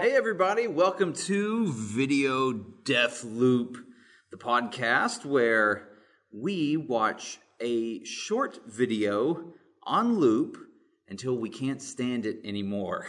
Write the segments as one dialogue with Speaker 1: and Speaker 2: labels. Speaker 1: everybody. Welcome to Video Death Loop, the podcast where we watch a short video on loop until we can't stand it anymore.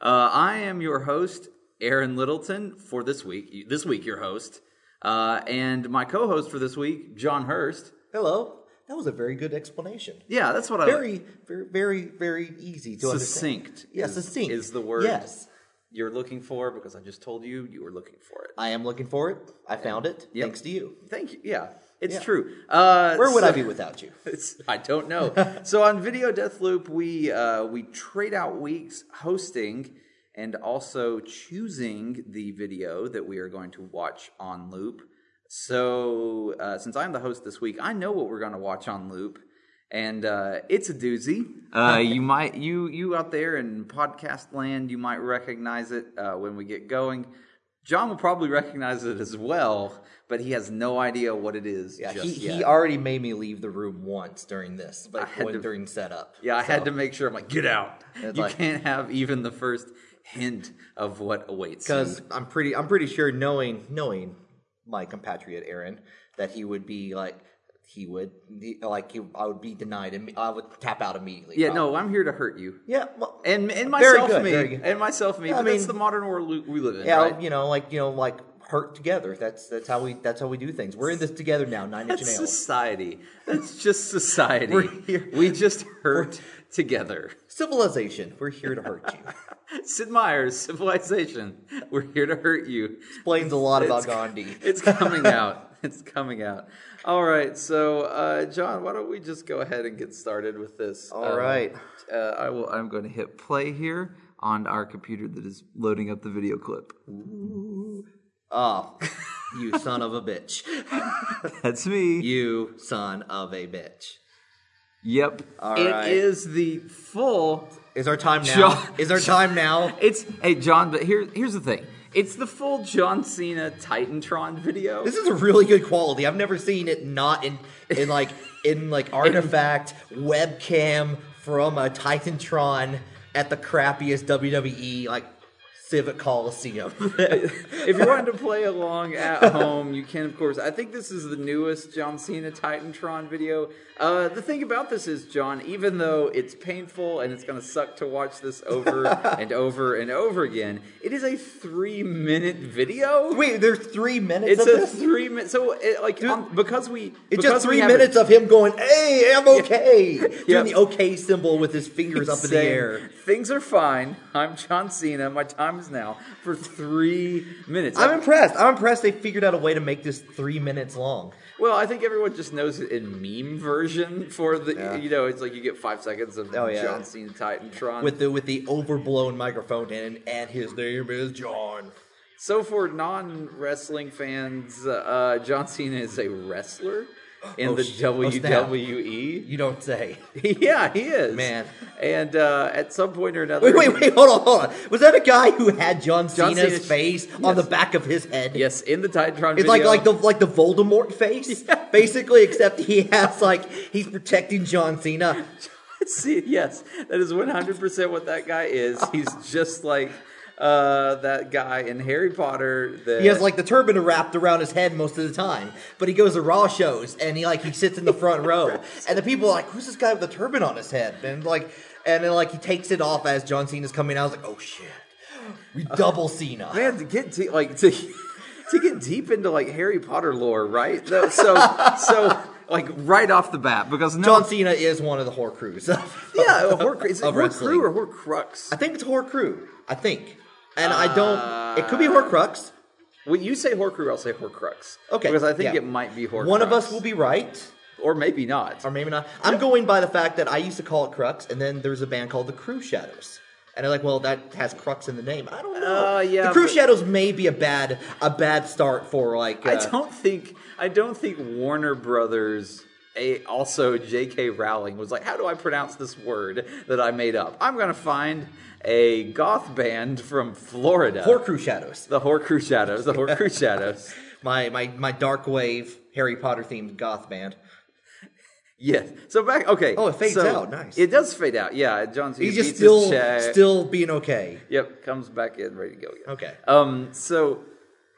Speaker 1: Uh, I am your host, Aaron Littleton, for this week. This week, your host. Uh, and my co host for this week, John Hurst.
Speaker 2: Hello. That was a very good explanation.
Speaker 1: Yeah, that's what I
Speaker 2: Very, very, very, very easy to
Speaker 1: Oh. Succinct.
Speaker 2: understand. Yeah,
Speaker 1: is-
Speaker 2: succinct
Speaker 1: is the word.
Speaker 2: Yes,
Speaker 1: you're looking for because I just told you you were looking for it.
Speaker 2: I am looking for it. I found it.
Speaker 1: Yep.
Speaker 2: Thanks to you.
Speaker 1: Thank you. Yeah, it's
Speaker 2: Yeah.
Speaker 1: true. Uh,
Speaker 2: Where would I
Speaker 1: so-
Speaker 2: be without you?
Speaker 1: It's, I don't know. so on Video Death Loop, we uh, we trade out weeks hosting and also choosing the video that we are going to watch on loop. So uh, since I'm the host this week, I know what we're going to watch on loop, and uh, it's a doozy. Uh, you might you you out there in podcast land, you might recognize it uh, when we get going. John will probably recognize it as well, but he has no idea what it is.
Speaker 2: Yeah,
Speaker 1: just
Speaker 2: he,
Speaker 1: yet.
Speaker 2: he already made me leave the room once during this, but
Speaker 1: had
Speaker 2: when,
Speaker 1: to-
Speaker 2: during setup.
Speaker 1: Yeah, I had
Speaker 2: So,
Speaker 1: to make sure. I'm like, get out. You
Speaker 2: It's like-
Speaker 1: can't have even the first hint of what awaits. you.
Speaker 2: because I'm pretty I'm pretty sure knowing knowing my compatriot Aaron that he would be like he would he, like he, I would be denied and I would tap out immediately.
Speaker 1: yeah, no, I'm here to hurt you.
Speaker 2: Yeah, well,
Speaker 1: And and
Speaker 2: uh, Very
Speaker 1: myself
Speaker 2: good,
Speaker 1: me
Speaker 2: very good.
Speaker 1: and myself me.
Speaker 2: Yeah, I
Speaker 1: but that's
Speaker 2: mean-
Speaker 1: the modern world we- we live in.
Speaker 2: Yeah,
Speaker 1: right?
Speaker 2: you know, like you know, like hurt together. That's that's how we that's how we do things. We're in this together now, nine inch
Speaker 1: that's
Speaker 2: nails.
Speaker 1: society. That's just society.
Speaker 2: here-
Speaker 1: we just hurt together.
Speaker 2: Civilization. We're here to hurt you.
Speaker 1: Sid Meier's Civilization. We're here to hurt you.
Speaker 2: Explains a lot about
Speaker 1: It's-
Speaker 2: Gandhi.
Speaker 1: It's coming out. It's coming out. All right. So, uh, John, why don't we just go ahead and get started with this?
Speaker 2: All
Speaker 1: All right.
Speaker 2: right.
Speaker 1: uh, I will. I'm going to hit play here on our computer that is loading up the video clip.
Speaker 2: Oh, you son of a bitch.
Speaker 1: That's me.
Speaker 2: You son of a bitch.
Speaker 1: yep.
Speaker 2: All
Speaker 1: It
Speaker 2: right.
Speaker 1: is the full.
Speaker 2: Is our time now?
Speaker 1: John-
Speaker 2: Is our time now?
Speaker 1: It's hey John, but here here's the thing. It's the full John Cena Titantron video.
Speaker 2: This is a really good quality. I've never seen it not in in like in like artifact webcam from a Titantron at the crappiest WWE like Civic Coliseum.
Speaker 1: if you wanted to play along at home, you can, of course. I think this is the newest John Cena Titantron video. Uh, the thing about this is, John, even though it's painful and it's going to suck to watch this over and over and over again, it is a three-minute video.
Speaker 2: Wait, there's three minutes
Speaker 1: It's
Speaker 2: of
Speaker 1: a
Speaker 2: this?
Speaker 1: three-minute. So, it, like, on, because we,
Speaker 2: It's
Speaker 1: because
Speaker 2: just
Speaker 1: we
Speaker 2: three
Speaker 1: have it-
Speaker 2: minutes of him going, hey, I'm okay.
Speaker 1: Yeah.
Speaker 2: Doing the okay symbol with his fingers up in the
Speaker 1: saying,
Speaker 2: air.
Speaker 1: Things are fine. I'm John Cena. My time is now for three minutes.
Speaker 2: I'm impressed. I'm impressed they figured out a way to make this three minutes long.
Speaker 1: Well, I think everyone just knows it in meme version for the
Speaker 2: Yeah.
Speaker 1: you know, it's like you get five seconds of
Speaker 2: Oh, yeah.
Speaker 1: John Cena Titantron.
Speaker 2: With the with the overblown microphone and and his name is John.
Speaker 1: so for non wrestling fans, uh, John Cena is a wrestler in
Speaker 2: Oh,
Speaker 1: the
Speaker 2: sh- oh, snap.
Speaker 1: WWE.
Speaker 2: You don't say.
Speaker 1: yeah, he is.
Speaker 2: Man.
Speaker 1: And uh, at some point or another
Speaker 2: Wait, wait, wait, hold on, hold on. Was that a guy who had John,
Speaker 1: John
Speaker 2: Cena's
Speaker 1: Cena's-
Speaker 2: face on the back of his head?
Speaker 1: Yes, in the Titantron video.
Speaker 2: It's like like the like the Voldemort face, basically, except he has like he's protecting John Cena.
Speaker 1: See, yes, that is 100% what that guy is. He's just like uh, that guy in Harry Potter. That
Speaker 2: He has like the turban wrapped around his head most of the time, but he goes to raw shows and he like he sits in the front row, and the people are like, "Who's this guy with the turban on his head?" And like, and then like he takes it off as John Cena's coming out. I was like, "Oh shit, we
Speaker 1: Uh,
Speaker 2: double Cena."
Speaker 1: man to get deep, like to to get deep into like Harry Potter lore, right? Though- So so like right off the bat because no,
Speaker 2: John Cena is one of the Horcrux.
Speaker 1: yeah, a Horcrux, is it
Speaker 2: Of
Speaker 1: Horcrux
Speaker 2: wrestling.
Speaker 1: or Horcrux?
Speaker 2: I think it's Horcrux. I think, and I don't. It could be
Speaker 1: Uh,
Speaker 2: Horcrux.
Speaker 1: When you say Horcrux, I'll say Horcrux.
Speaker 2: Okay,
Speaker 1: because I think
Speaker 2: yeah.
Speaker 1: it might be Horcrux.
Speaker 2: One of us will be right.
Speaker 1: or maybe not.
Speaker 2: or maybe not. I'm going by the fact that I used to call it Crux, and then there's a band called the Crew Shadows, and they're like, well, that has Crux in the name. I don't know.
Speaker 1: Uh, yeah,
Speaker 2: the Crew
Speaker 1: but-
Speaker 2: Shadows may be a bad a bad start for like. Uh,
Speaker 1: I don't think I don't think Warner Brothers. A, also, J.K. Rowling was like, "How do I pronounce this word that I made up? I'm gonna find a goth band from Florida,
Speaker 2: Or Crew Shadows,
Speaker 1: the Horcrux Shadows, the Horcrux Shadows."
Speaker 2: my my my dark wave Harry Potter themed goth band.
Speaker 1: Yes. So back. Okay.
Speaker 3: Oh, it fades
Speaker 1: so
Speaker 3: out. Nice.
Speaker 1: It does fade out. Yeah. John Cena
Speaker 2: He's just
Speaker 1: beats his
Speaker 2: still
Speaker 1: check.
Speaker 2: still being okay.
Speaker 1: Yep. Comes back in, ready to go again.
Speaker 2: Okay.
Speaker 1: Um. So,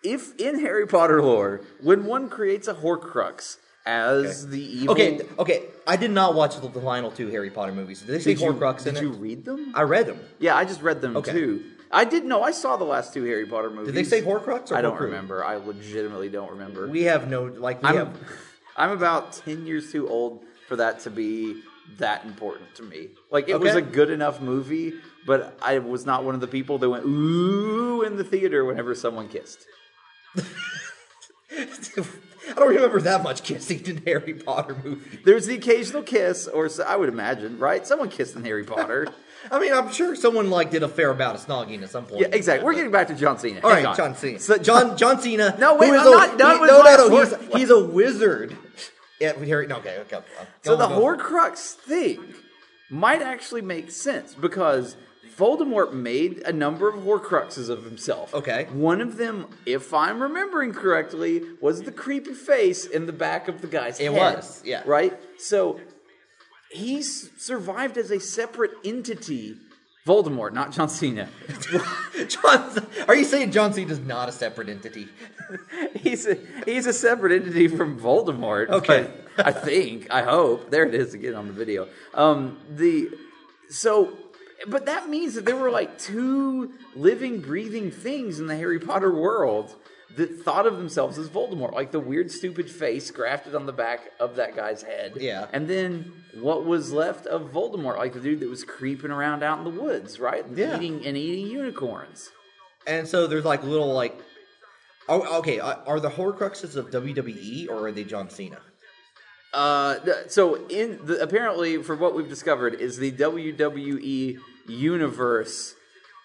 Speaker 1: if in Harry Potter lore, when one creates a Horcrux as the evil,
Speaker 2: Okay, th- okay. I did not watch the, the final two Harry Potter movies. Did they say
Speaker 1: did you,
Speaker 2: Horcrux
Speaker 1: did
Speaker 2: in
Speaker 1: you
Speaker 2: it?
Speaker 1: read them?
Speaker 2: I read them.
Speaker 1: yeah, I just read them
Speaker 2: Okay.
Speaker 1: too. I did know. I saw the last two Harry Potter movies.
Speaker 2: Did they say Horcrux? Or
Speaker 1: I don't
Speaker 2: Horcrux?
Speaker 1: remember. I legitimately don't remember.
Speaker 2: We have no like. We
Speaker 1: I'm
Speaker 2: have,
Speaker 1: I'm about ten years too old for that to be that important to me. Like it was
Speaker 2: Okay.
Speaker 1: a good enough movie, but I was not one of the people that went ooh in the theater whenever someone kissed.
Speaker 2: I don't remember that much kissing in Harry Potter movies.
Speaker 1: There's the occasional kiss, or so, I would imagine, right? Someone kissed in Harry Potter.
Speaker 2: I mean, I'm sure someone like did a fair amount of snogging at some point.
Speaker 1: yeah, exactly. We're getting back to John Cena.
Speaker 2: All
Speaker 1: Hang
Speaker 2: right,
Speaker 1: on.
Speaker 2: John Cena.
Speaker 1: So-
Speaker 2: John John Cena.
Speaker 1: No, wait,
Speaker 2: who is
Speaker 1: I'm
Speaker 2: a-
Speaker 1: not done
Speaker 2: he-
Speaker 1: with
Speaker 2: no,
Speaker 1: my
Speaker 2: no, no.
Speaker 1: horse-
Speaker 2: He's, he's a wizard. Yeah, we- Harry. No, okay, okay. okay.
Speaker 1: So
Speaker 2: Go
Speaker 1: the
Speaker 2: on, go on.
Speaker 1: Horcrux thing might actually make sense because Voldemort made a number of Horcruxes of himself.
Speaker 2: Okay.
Speaker 1: One of them, if I'm remembering correctly, was the creepy face in the back of the guy's
Speaker 2: It
Speaker 1: head.
Speaker 2: was, yeah.
Speaker 1: Right? So he s- survived as a separate entity, Voldemort, not John Cena.
Speaker 2: John, are you saying John Cena is not a separate entity?
Speaker 1: he's, a, he's a separate entity from Voldemort.
Speaker 2: Okay.
Speaker 1: but I think. I hope. There it is again on the video. Um, the so, but that means that there were like two living, breathing things in the Harry Potter world that thought of themselves as Voldemort, like the weird, stupid face grafted on the back of that guy's head.
Speaker 2: Yeah.
Speaker 1: and then what was left of Voldemort, like the dude that was creeping around out in the woods, right? And
Speaker 2: Yeah.
Speaker 1: eating and eating unicorns.
Speaker 2: And so there's like little like, oh, okay, are are the Horcruxes of WWE or are they John Cena?
Speaker 1: Uh, th- so in the, apparently, for what we've discovered, is the WWE universe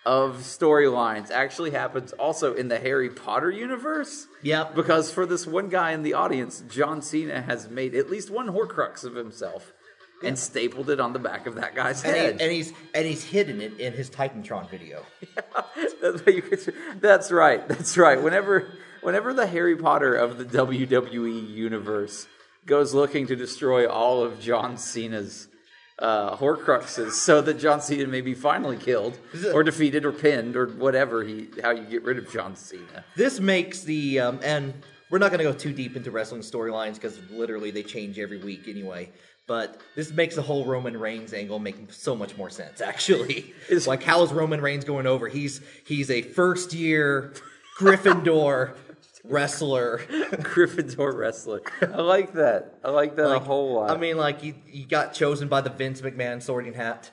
Speaker 1: of storylines actually happens also in the Harry Potter universe.
Speaker 2: Yep.
Speaker 1: Because for this one guy in the audience, John Cena has made at least one Horcrux of himself and stapled it on the back of that guy's
Speaker 2: And, he-
Speaker 1: head.
Speaker 2: and he's and he's hidden it in his Titantron video.
Speaker 1: that's, what you could- that's right. That's right. Whenever, whenever the Harry Potter of the WWE universe goes looking to destroy all of John Cena's uh, Horcruxes, so that John Cena may be finally killed, or defeated, or pinned, or whatever he how you get rid of John Cena.
Speaker 2: This makes the um, and we're not going to go too deep into wrestling storylines because literally they change every week anyway. But this makes the whole Roman Reigns angle make so much more sense. Actually,
Speaker 1: Is-
Speaker 2: like how is Roman Reigns going over? He's he's a first year Gryffindor wrestler.
Speaker 1: Gryffindor wrestler. I like that. I like that
Speaker 2: Like,
Speaker 1: a whole lot.
Speaker 2: I mean, like you, you got chosen by the Vince McMahon sorting hat.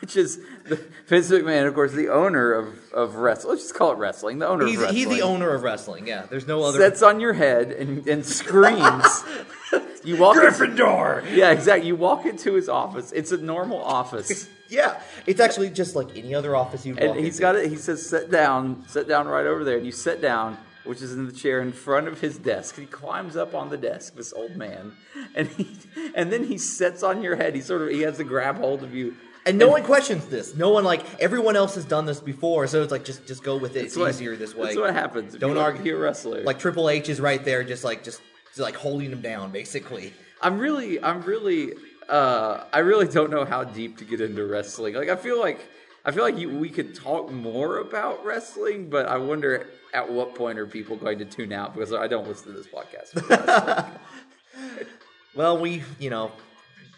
Speaker 1: which is the, Vince McMahon, of course, the owner of of wrestling. Let's just call it wrestling. The owner
Speaker 2: He's,
Speaker 1: of wrestling.
Speaker 2: he's the owner of wrestling. Yeah, there's no other.
Speaker 1: sets on your head and, and screams. you walk
Speaker 2: Gryffindor.
Speaker 1: yeah, exactly. You walk into his office. It's a normal office,
Speaker 2: Yeah, it's actually just like any other office you.
Speaker 1: and he's got it. He says, "Sit down, sit down right over there." And you sit down, which is in the chair in front of his desk. He climbs up on the desk, this old man, and he and then he sets on your head. He sort of he has to grab hold of you.
Speaker 2: And no one questions this. No one like everyone else has done this before, so it's like just just go with it. It's
Speaker 1: That's what-
Speaker 2: easier this way.
Speaker 1: That's what happens. If
Speaker 2: Don't
Speaker 1: you want to
Speaker 2: argue.
Speaker 1: be a wrestler.
Speaker 2: Like Triple H is right there, just like just, just like holding him down, basically.
Speaker 1: I'm really, I'm really, uh, I really don't know how deep to get into wrestling. Like, I feel like, I feel like you, we could talk more about wrestling, but I wonder at what point are people going to tune out because I don't listen to this podcast. for wrestling.
Speaker 2: Well, we you know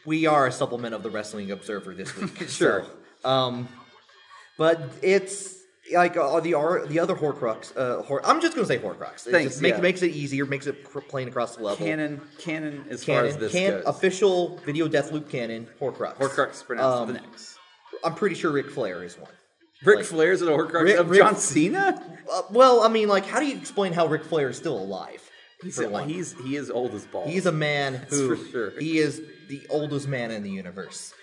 Speaker 2: we are a supplement of the Wrestling Observer this week.
Speaker 1: Sure.
Speaker 2: so, um, but it's like uh, the ar- the other Horcrux. Uh, Hor- I'm just gonna say Horcrux. It
Speaker 1: Thanks,
Speaker 2: just makes
Speaker 1: yeah.
Speaker 2: makes it easier, makes it cr- plain across the level.
Speaker 1: canon, canon, as far as
Speaker 2: Canon,
Speaker 1: this
Speaker 2: can,
Speaker 1: goes.
Speaker 2: official video Deathloop canon, Horcrux.
Speaker 1: Horcrux pronounced
Speaker 2: Um,
Speaker 1: the next.
Speaker 2: I'm pretty sure Ric Flair is one.
Speaker 1: Ric
Speaker 2: like-
Speaker 1: Flair's a Horcrux
Speaker 2: Ric-
Speaker 1: of
Speaker 2: Ric-
Speaker 1: John Cena.
Speaker 2: Uh, well, I mean, like, how do you explain how Ric Flair is still alive?
Speaker 1: He's,
Speaker 2: for one?
Speaker 1: he's he is old as balls.
Speaker 2: He's a man who
Speaker 1: for sure.
Speaker 2: he is the oldest man in the universe.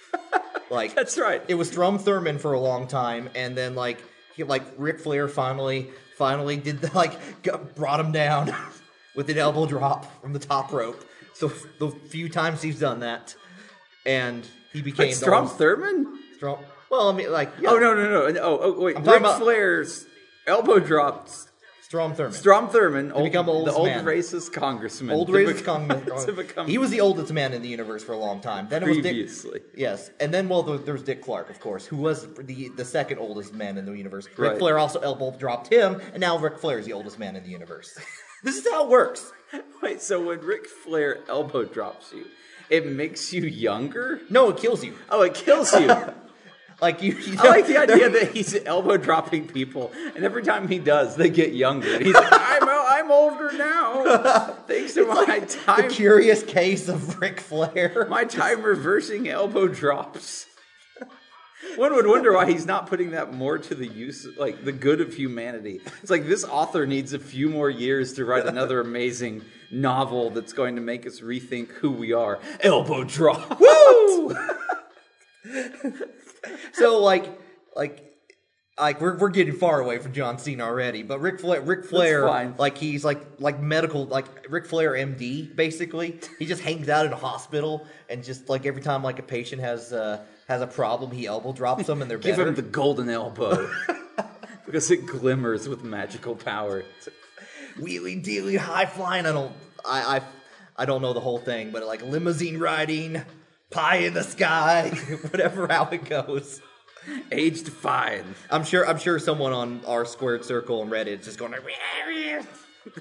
Speaker 2: like
Speaker 1: That's right.
Speaker 2: It was Strom Thurmond for a long time, and then like he like Ric Flair finally finally did the, like got, brought him down with an elbow drop from the top rope. So the few times he's done that, and he became
Speaker 1: Like
Speaker 2: the
Speaker 1: Strom
Speaker 2: oldest-
Speaker 1: Thurmond.
Speaker 2: Strom. Well, I mean, like yeah,
Speaker 1: Oh no no no! Oh, oh wait,
Speaker 2: I'm
Speaker 1: Ric
Speaker 2: talking about-
Speaker 1: Flair's elbow drops.
Speaker 2: Strom Thurmond.
Speaker 1: Strom Thurmond, old,
Speaker 2: become
Speaker 1: the
Speaker 2: oldest
Speaker 1: old
Speaker 2: man.
Speaker 1: racist congressman,
Speaker 2: Old
Speaker 1: to
Speaker 2: racist
Speaker 1: become-
Speaker 2: Congress.
Speaker 1: to become
Speaker 2: he was the oldest man in the universe for a long time. Then it was Dick.
Speaker 1: previously.
Speaker 2: Yes, and then well, there there was Dick Clark, of course, who was the the second oldest man in the universe.
Speaker 1: Right.
Speaker 2: Ric Flair also elbow dropped him, and now Ric Flair is the oldest man in the universe. this is how it works.
Speaker 1: Wait, so when Ric Flair elbow drops you, it makes you younger?
Speaker 2: No, it kills you.
Speaker 1: Oh, it kills you. I
Speaker 2: Like you, you
Speaker 1: like the
Speaker 2: know,
Speaker 1: idea that he's elbow dropping people, and every time he does, they get younger. And He's like, I'm, I'm older now. Thanks to my
Speaker 2: the
Speaker 1: time,
Speaker 2: curious case of Ric Flair.
Speaker 1: my time reversing elbow drops. One would wonder why he's not putting that more to the use, like the good of humanity. It's like this author needs a few more years to write another amazing novel that's going to make us rethink who we are. Elbow drop. Woo!
Speaker 2: so like, like. Like we're, we're getting far away from John Cena already, but Ric Flair, Ric Flair,
Speaker 1: fine.
Speaker 2: like he's like like medical, like Ric Flair MD, basically. He just hangs out in a hospital and just like every time like a patient has uh, has a problem, he elbow drops them and they're
Speaker 1: Give
Speaker 2: better.
Speaker 1: him the golden elbow because it glimmers with magical power.
Speaker 2: wheelie dealy high flying. I don't I, I I don't know the whole thing, but like limousine riding, pie in the sky, whatever how it goes.
Speaker 1: Age defying.
Speaker 2: I'm sure I'm sure someone on our squared circle on Reddit is just going like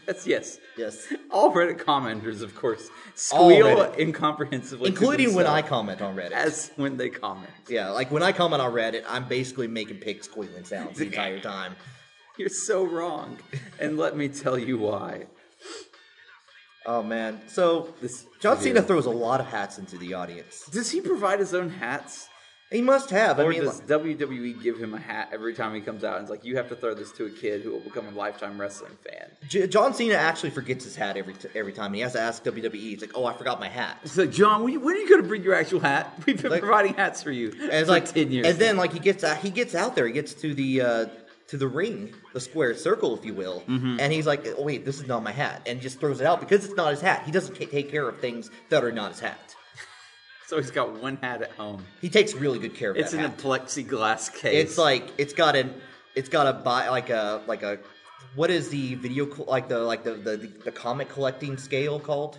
Speaker 1: That's yes.
Speaker 2: yes,
Speaker 1: All Reddit commenters, of course,
Speaker 2: All
Speaker 1: squeal
Speaker 2: Reddit.
Speaker 1: incomprehensibly, to
Speaker 2: including when I
Speaker 1: themselves
Speaker 2: comment on Reddit.
Speaker 1: as when they comment.
Speaker 2: yeah, like when I comment on Reddit, I'm basically making pig squealing sounds the entire time.
Speaker 1: You're so wrong, and let me tell you why.
Speaker 2: Oh man, so
Speaker 1: This
Speaker 2: John
Speaker 1: video-
Speaker 2: Cena throws a lot of hats into the audience.
Speaker 1: Does he provide his own hats,
Speaker 2: He must have. I
Speaker 1: or
Speaker 2: mean,
Speaker 1: does WWE give him a hat every time he comes out? And it's like you have to throw this to a kid who will become a lifetime wrestling fan.
Speaker 2: J- John Cena actually forgets his hat every t- every time. He has to ask WWE. He's like, "Oh, I forgot my hat."
Speaker 1: It's like John, when when are you going to bring your actual hat? We've been
Speaker 2: Like-
Speaker 1: providing hats for you
Speaker 2: And it's
Speaker 1: for
Speaker 2: like
Speaker 1: ten years.
Speaker 2: And then like he gets out, he gets out there. He gets to the uh, to the ring, the square circle, if you will.
Speaker 1: Mm-hmm.
Speaker 2: And he's like, "Oh wait, this is not my hat," and just throws it out because it's not his hat. He doesn't ca- take care of things that are not his hat.
Speaker 1: So he's got one hat at home.
Speaker 2: He takes really good care of
Speaker 1: It's
Speaker 2: that
Speaker 1: in a
Speaker 2: hat.
Speaker 1: plexiglass case.
Speaker 2: it's like it's got an it's got a buy like a like a what is the video co- like the like the the, the, the comic collecting scale called?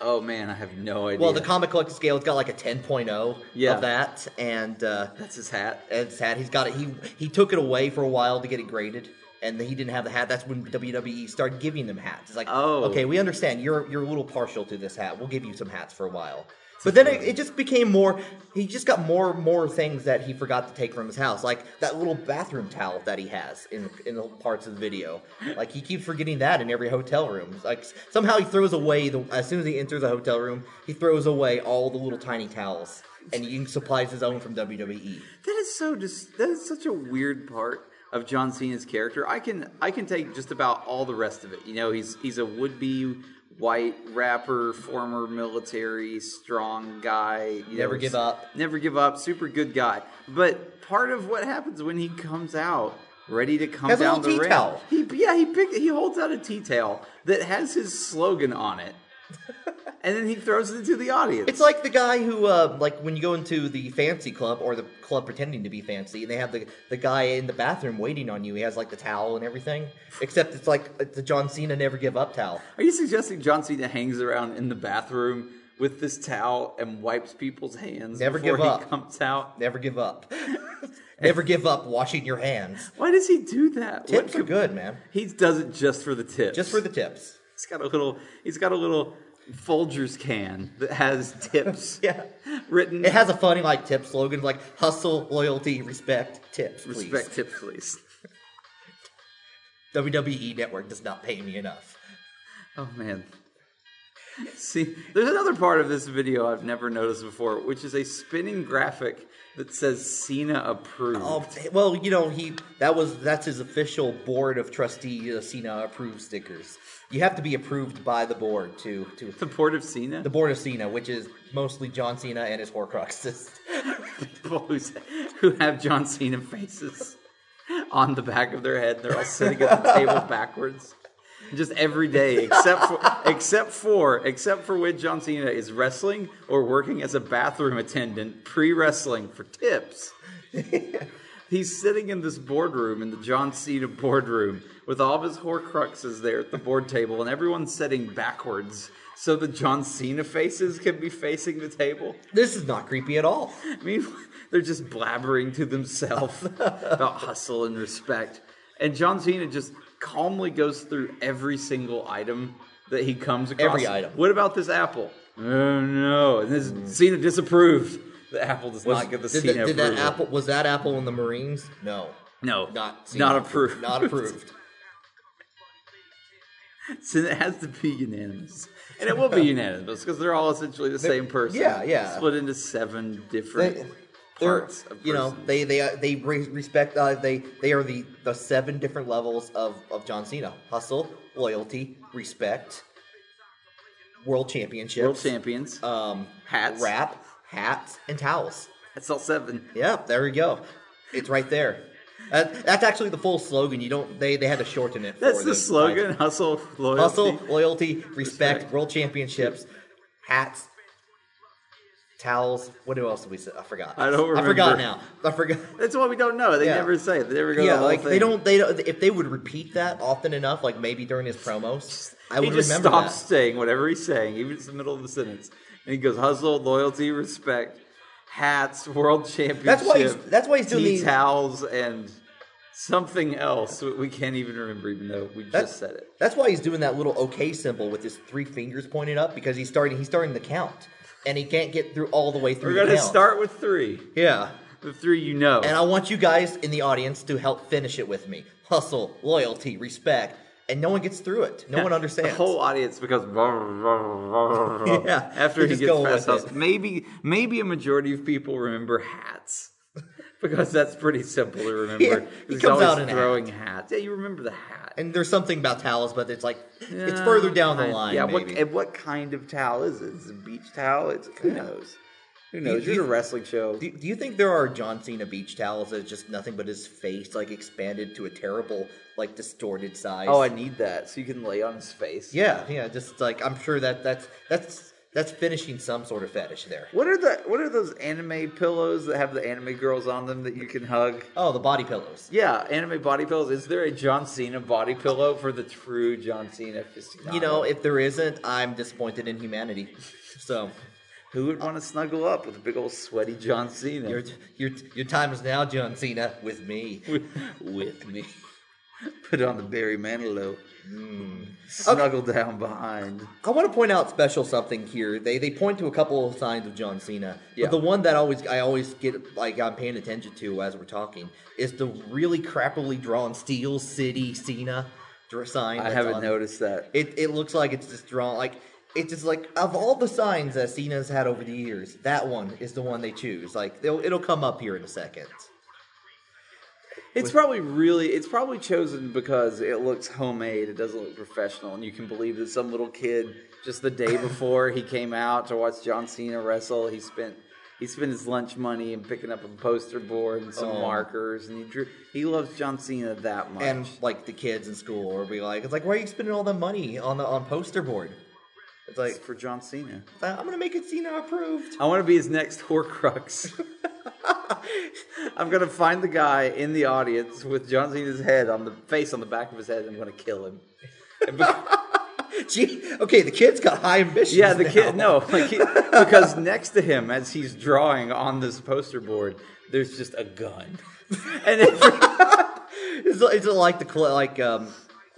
Speaker 1: oh man, I have no idea.
Speaker 2: Well, the comic collecting scale, it's got like a 10.0
Speaker 1: Yeah.
Speaker 2: of that, and uh,
Speaker 1: that's his hat.
Speaker 2: it's sad. He's got it. He he took it away for a while to get it graded, and he didn't have the hat. That's when WWE started giving them hats. It's like,
Speaker 1: Oh.
Speaker 2: okay, we understand. You're you're a little partial to this hat. We'll give you some hats for a while. But then it, it just became more. He just got more more things that he forgot to take from his house, like that little bathroom towel that he has in in the parts of the video. Like he keeps forgetting that in every hotel room. It's Like s- somehow he throws away the as soon as he enters a hotel room, he throws away all the little tiny towels, and he supplies his own from E. WWE.
Speaker 1: That is so just. That is such a weird part of John Cena's character. I can I can take just about all the rest of it. You know, he's he's a would be white rapper, former military, strong guy. You know,
Speaker 2: Never give up.
Speaker 1: Never give up. Super good guy. But part of what happens when he comes out. Ready to come
Speaker 2: Has a
Speaker 1: down
Speaker 2: little
Speaker 1: the
Speaker 2: tea
Speaker 1: ramp.
Speaker 2: towel.
Speaker 1: He, yeah, he picked, he holds out a tea towel that has his slogan on it, and then he throws it into the audience.
Speaker 2: It's like the guy who, uh, like, when you go into the fancy club or the club pretending to be fancy, and they have the the guy in the bathroom waiting on you. He has like the towel and everything, except it's like it's the John Cena never give up towel.
Speaker 1: Are you suggesting John Cena hangs around in the bathroom with this towel and wipes people's hands
Speaker 2: Never
Speaker 1: before
Speaker 2: give
Speaker 1: he
Speaker 2: up.
Speaker 1: comes out?
Speaker 2: Never give up. never give up washing your hands.
Speaker 1: Why does he do that? What
Speaker 2: Tips are
Speaker 1: could-
Speaker 2: good, man.
Speaker 1: He does it just for the tips.
Speaker 2: Just for the tips.
Speaker 1: He's got a little. He's got a little Folgers can that has tips.
Speaker 2: Yeah.
Speaker 1: Written.
Speaker 2: It has a funny like tip slogan like hustle, loyalty, respect, tips, please.
Speaker 1: respect tips, please.
Speaker 2: WWE E Network does not pay me enough.
Speaker 1: Oh man. See, there's another part of this video I've never noticed before, which is a spinning graphic that says Cena approved.
Speaker 2: Oh well, you know he that was that's his official board of trustee uh, Cena approved stickers. You have to be approved by the board to to
Speaker 1: the port of Cena.
Speaker 2: the board of Cena, which is mostly John Cena and his Horcruxes.
Speaker 1: people who, say, who have John Cena faces on the back of their head. They're all sitting at the table backwards. Just every day, except for except for except for when John Cena is wrestling or working as a bathroom attendant pre-wrestling for tips. He's sitting in this boardroom, in the John Cena boardroom, with all of his Horcruxes there at the board table, and everyone's sitting backwards so the John Cena faces can be facing the table.
Speaker 2: This is not creepy at all.
Speaker 1: I mean, they're just blabbering to themselves about hustle and respect. And John Cena just calmly goes through every single item that he comes across.
Speaker 2: Every item.
Speaker 1: What about this apple? Oh no! And this Cena disapproved. The apple does
Speaker 2: Was-
Speaker 1: not get the
Speaker 2: did,
Speaker 1: Cena
Speaker 2: that- did that
Speaker 1: approval.
Speaker 2: apple was that apple in the Marines? No,
Speaker 1: no,
Speaker 2: not Cena
Speaker 1: not approved.
Speaker 2: Not approved.
Speaker 1: So it has to be unanimous, and it will be unanimous because they're all essentially the same person.
Speaker 2: yeah, yeah.
Speaker 1: Split into seven different.
Speaker 2: They, they're
Speaker 1: parts of
Speaker 2: you know
Speaker 1: person.
Speaker 2: they they uh, they re- respect uh, they they are the the seven different levels of of John Cena: hustle, loyalty, respect, world championships,
Speaker 1: world champions.
Speaker 2: um,
Speaker 1: Hats.
Speaker 2: rap, hats, and towels.
Speaker 1: That's all seven.
Speaker 2: Yeah, there we go. It's right there. That, that's actually the full slogan. You don't. They they had to shorten it.
Speaker 1: That's
Speaker 2: for
Speaker 1: the slogan: hustle, loyalty.
Speaker 2: Hustle, loyalty, respect,
Speaker 1: Respect.
Speaker 2: world championships, hats, towels. What else did we say? I forgot.
Speaker 1: I don't
Speaker 2: I forgot
Speaker 1: remember.
Speaker 2: now. I forgot.
Speaker 1: That's what we don't know. They
Speaker 2: Yeah.
Speaker 1: never say. it. They never go. to the
Speaker 2: Yeah,
Speaker 1: whole
Speaker 2: like they
Speaker 1: thing.
Speaker 2: don't. They don't. If they would repeat that often enough, like maybe during his promos, I would
Speaker 1: he just
Speaker 2: remember
Speaker 1: stops
Speaker 2: that.
Speaker 1: saying whatever he's saying, even if it's the middle of the sentence. And he goes, hustle, loyalty, respect, hats, world championship.
Speaker 2: That's why he's- that's why he's doing
Speaker 1: tea
Speaker 2: the-
Speaker 1: towels and something else that we can't even remember, even though we
Speaker 2: That-
Speaker 1: just said it.
Speaker 2: That's why he's doing that little OK symbol with his three fingers pointed up because he's starting. He's starting the count, and he can't get through all the way through.
Speaker 1: We're
Speaker 2: the
Speaker 1: gonna
Speaker 2: count.
Speaker 1: start with three.
Speaker 2: Yeah.
Speaker 1: The three you know.
Speaker 2: And I want you guys in the audience to help finish it with me. Hustle, loyalty, respect, and no one gets through it. No one understands.
Speaker 1: The whole audience becomes yeah, after he
Speaker 2: they're just
Speaker 1: gets
Speaker 2: going
Speaker 1: past
Speaker 2: with it.
Speaker 1: house. Maybe maybe a majority of people remember hats. Because that's pretty simple to remember.
Speaker 2: Yeah, he
Speaker 1: 'Cause he's
Speaker 2: comes
Speaker 1: always
Speaker 2: out in a hat.
Speaker 1: throwing hats. Yeah, you remember the hat.
Speaker 2: and there's something about towels, but it's like it's
Speaker 1: Uh,
Speaker 2: further down the
Speaker 1: kind-
Speaker 2: line.
Speaker 1: Yeah, what
Speaker 2: maybe.
Speaker 1: and what kind of towel is it? Is it a beach towel? It's who knows? Who knows?
Speaker 2: do
Speaker 1: You're
Speaker 2: you-
Speaker 1: at a wrestling show.
Speaker 2: do, do you think there are John Cena beach towels that's just nothing but his face like expanded to a terrible, like distorted size?
Speaker 1: Oh, I need that so you can lay on his face.
Speaker 2: yeah, yeah. Just like I'm sure that that's that's that's finishing some sort of fetish there.
Speaker 1: What are the What are those anime pillows that have the anime girls on them that you can hug?
Speaker 2: Oh, the body pillows.
Speaker 1: Yeah, anime body pillows. Is there a John Cena body pillow for the true John Cena? aficionado?
Speaker 2: You know, if there isn't, I'm disappointed in humanity. So.
Speaker 1: who would want to snuggle up with a big old sweaty John Cena?
Speaker 2: Your, your, your time is now, John Cena, with me.
Speaker 1: with, with me. Put on the Barry Manilow. Hmm. Snuggle down behind.
Speaker 2: I want to point out special something here. They they point to a couple of signs of John Cena.
Speaker 1: Yeah.
Speaker 2: But the one that always I always get like I'm paying attention to as we're talking is the really crappily drawn Steel City Cena dr- sign.
Speaker 1: I
Speaker 2: that's
Speaker 1: haven't
Speaker 2: on-
Speaker 1: noticed that.
Speaker 2: It it looks like it's just drawn like it's just like of all the signs that Cena's had over the years, that one is the one they choose. Like they'll, it'll come up here in a second.
Speaker 1: It's probably really it's probably chosen because it looks homemade, it doesn't look professional, and you can believe that some little kid just the day before he came out to watch John Cena wrestle, he spent he spent his lunch money and picking up a poster board and some
Speaker 2: Oh.
Speaker 1: markers and he drew he loves John Cena that much.
Speaker 2: And like the kids in school will be like, it's like why are you spending all the money on the on poster board? It's like "Uh,
Speaker 1: like for John Cena.
Speaker 2: I'm gonna make it Cena approved.
Speaker 1: I want to be his next Horcrux. I'm gonna find the guy in the audience with John Cena's head on the face on the back of his head. And I'm gonna kill him. And be-
Speaker 2: Gee, okay, the kid's got high ambitions.
Speaker 1: Yeah, the
Speaker 2: now.
Speaker 1: kid. No, like he, because next to him, as he's drawing on this poster board, there's just a gun, and every,
Speaker 2: Is it, is it like the cl- like um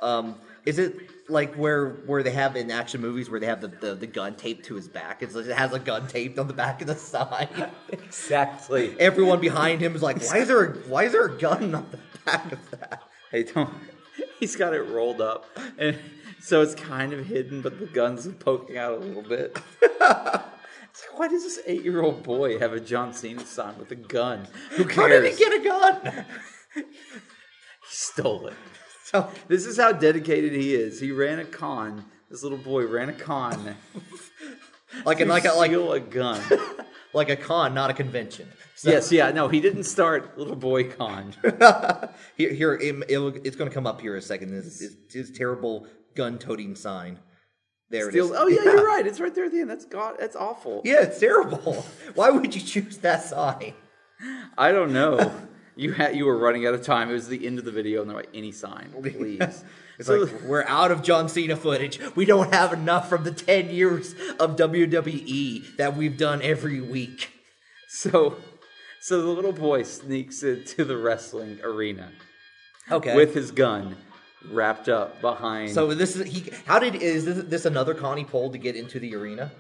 Speaker 2: um is it like where where they have in action movies where they have the, the, the gun taped to his back? It's like it has a gun taped on the back of the side.
Speaker 1: exactly.
Speaker 2: Everyone behind him is like, why is there a, why is there a gun on the back of that?
Speaker 1: Hey, don't. He's got it rolled up, and so it's kind of hidden, but the gun's poking out a little bit. It's like, why does this eight-year-old boy have a John Cena sign with a gun? Who cares?
Speaker 2: How did he get a gun?
Speaker 1: He stole it.
Speaker 2: So
Speaker 1: This is how dedicated he is. He ran a con. This little boy ran a con.
Speaker 2: like and
Speaker 1: to
Speaker 2: like a, like
Speaker 1: steal a gun.
Speaker 2: like a con, not a convention. So
Speaker 1: yes, yeah, no, he didn't start little boy con.
Speaker 2: here, here it, it'll, it's going to come up here in a second. This is his terrible gun-toting sign. There it
Speaker 1: Steals-
Speaker 2: is.
Speaker 1: oh yeah, you're right. It's right there at the end. That's god. That's awful.
Speaker 2: Yeah, it's terrible. Why would you choose that sign?
Speaker 1: I don't know. You had you were running out of time. It was the end of the video, and they're like, "Any sign, please."
Speaker 2: It's
Speaker 1: So-
Speaker 2: like we're out of John Cena footage. We don't have enough from the ten years of WWE that we've done every week.
Speaker 1: so, so the little boy sneaks into the wrestling arena
Speaker 2: Okay.
Speaker 1: with his gun wrapped up behind.
Speaker 2: so this is he. How did is this, this another Connie Pole to get into the arena?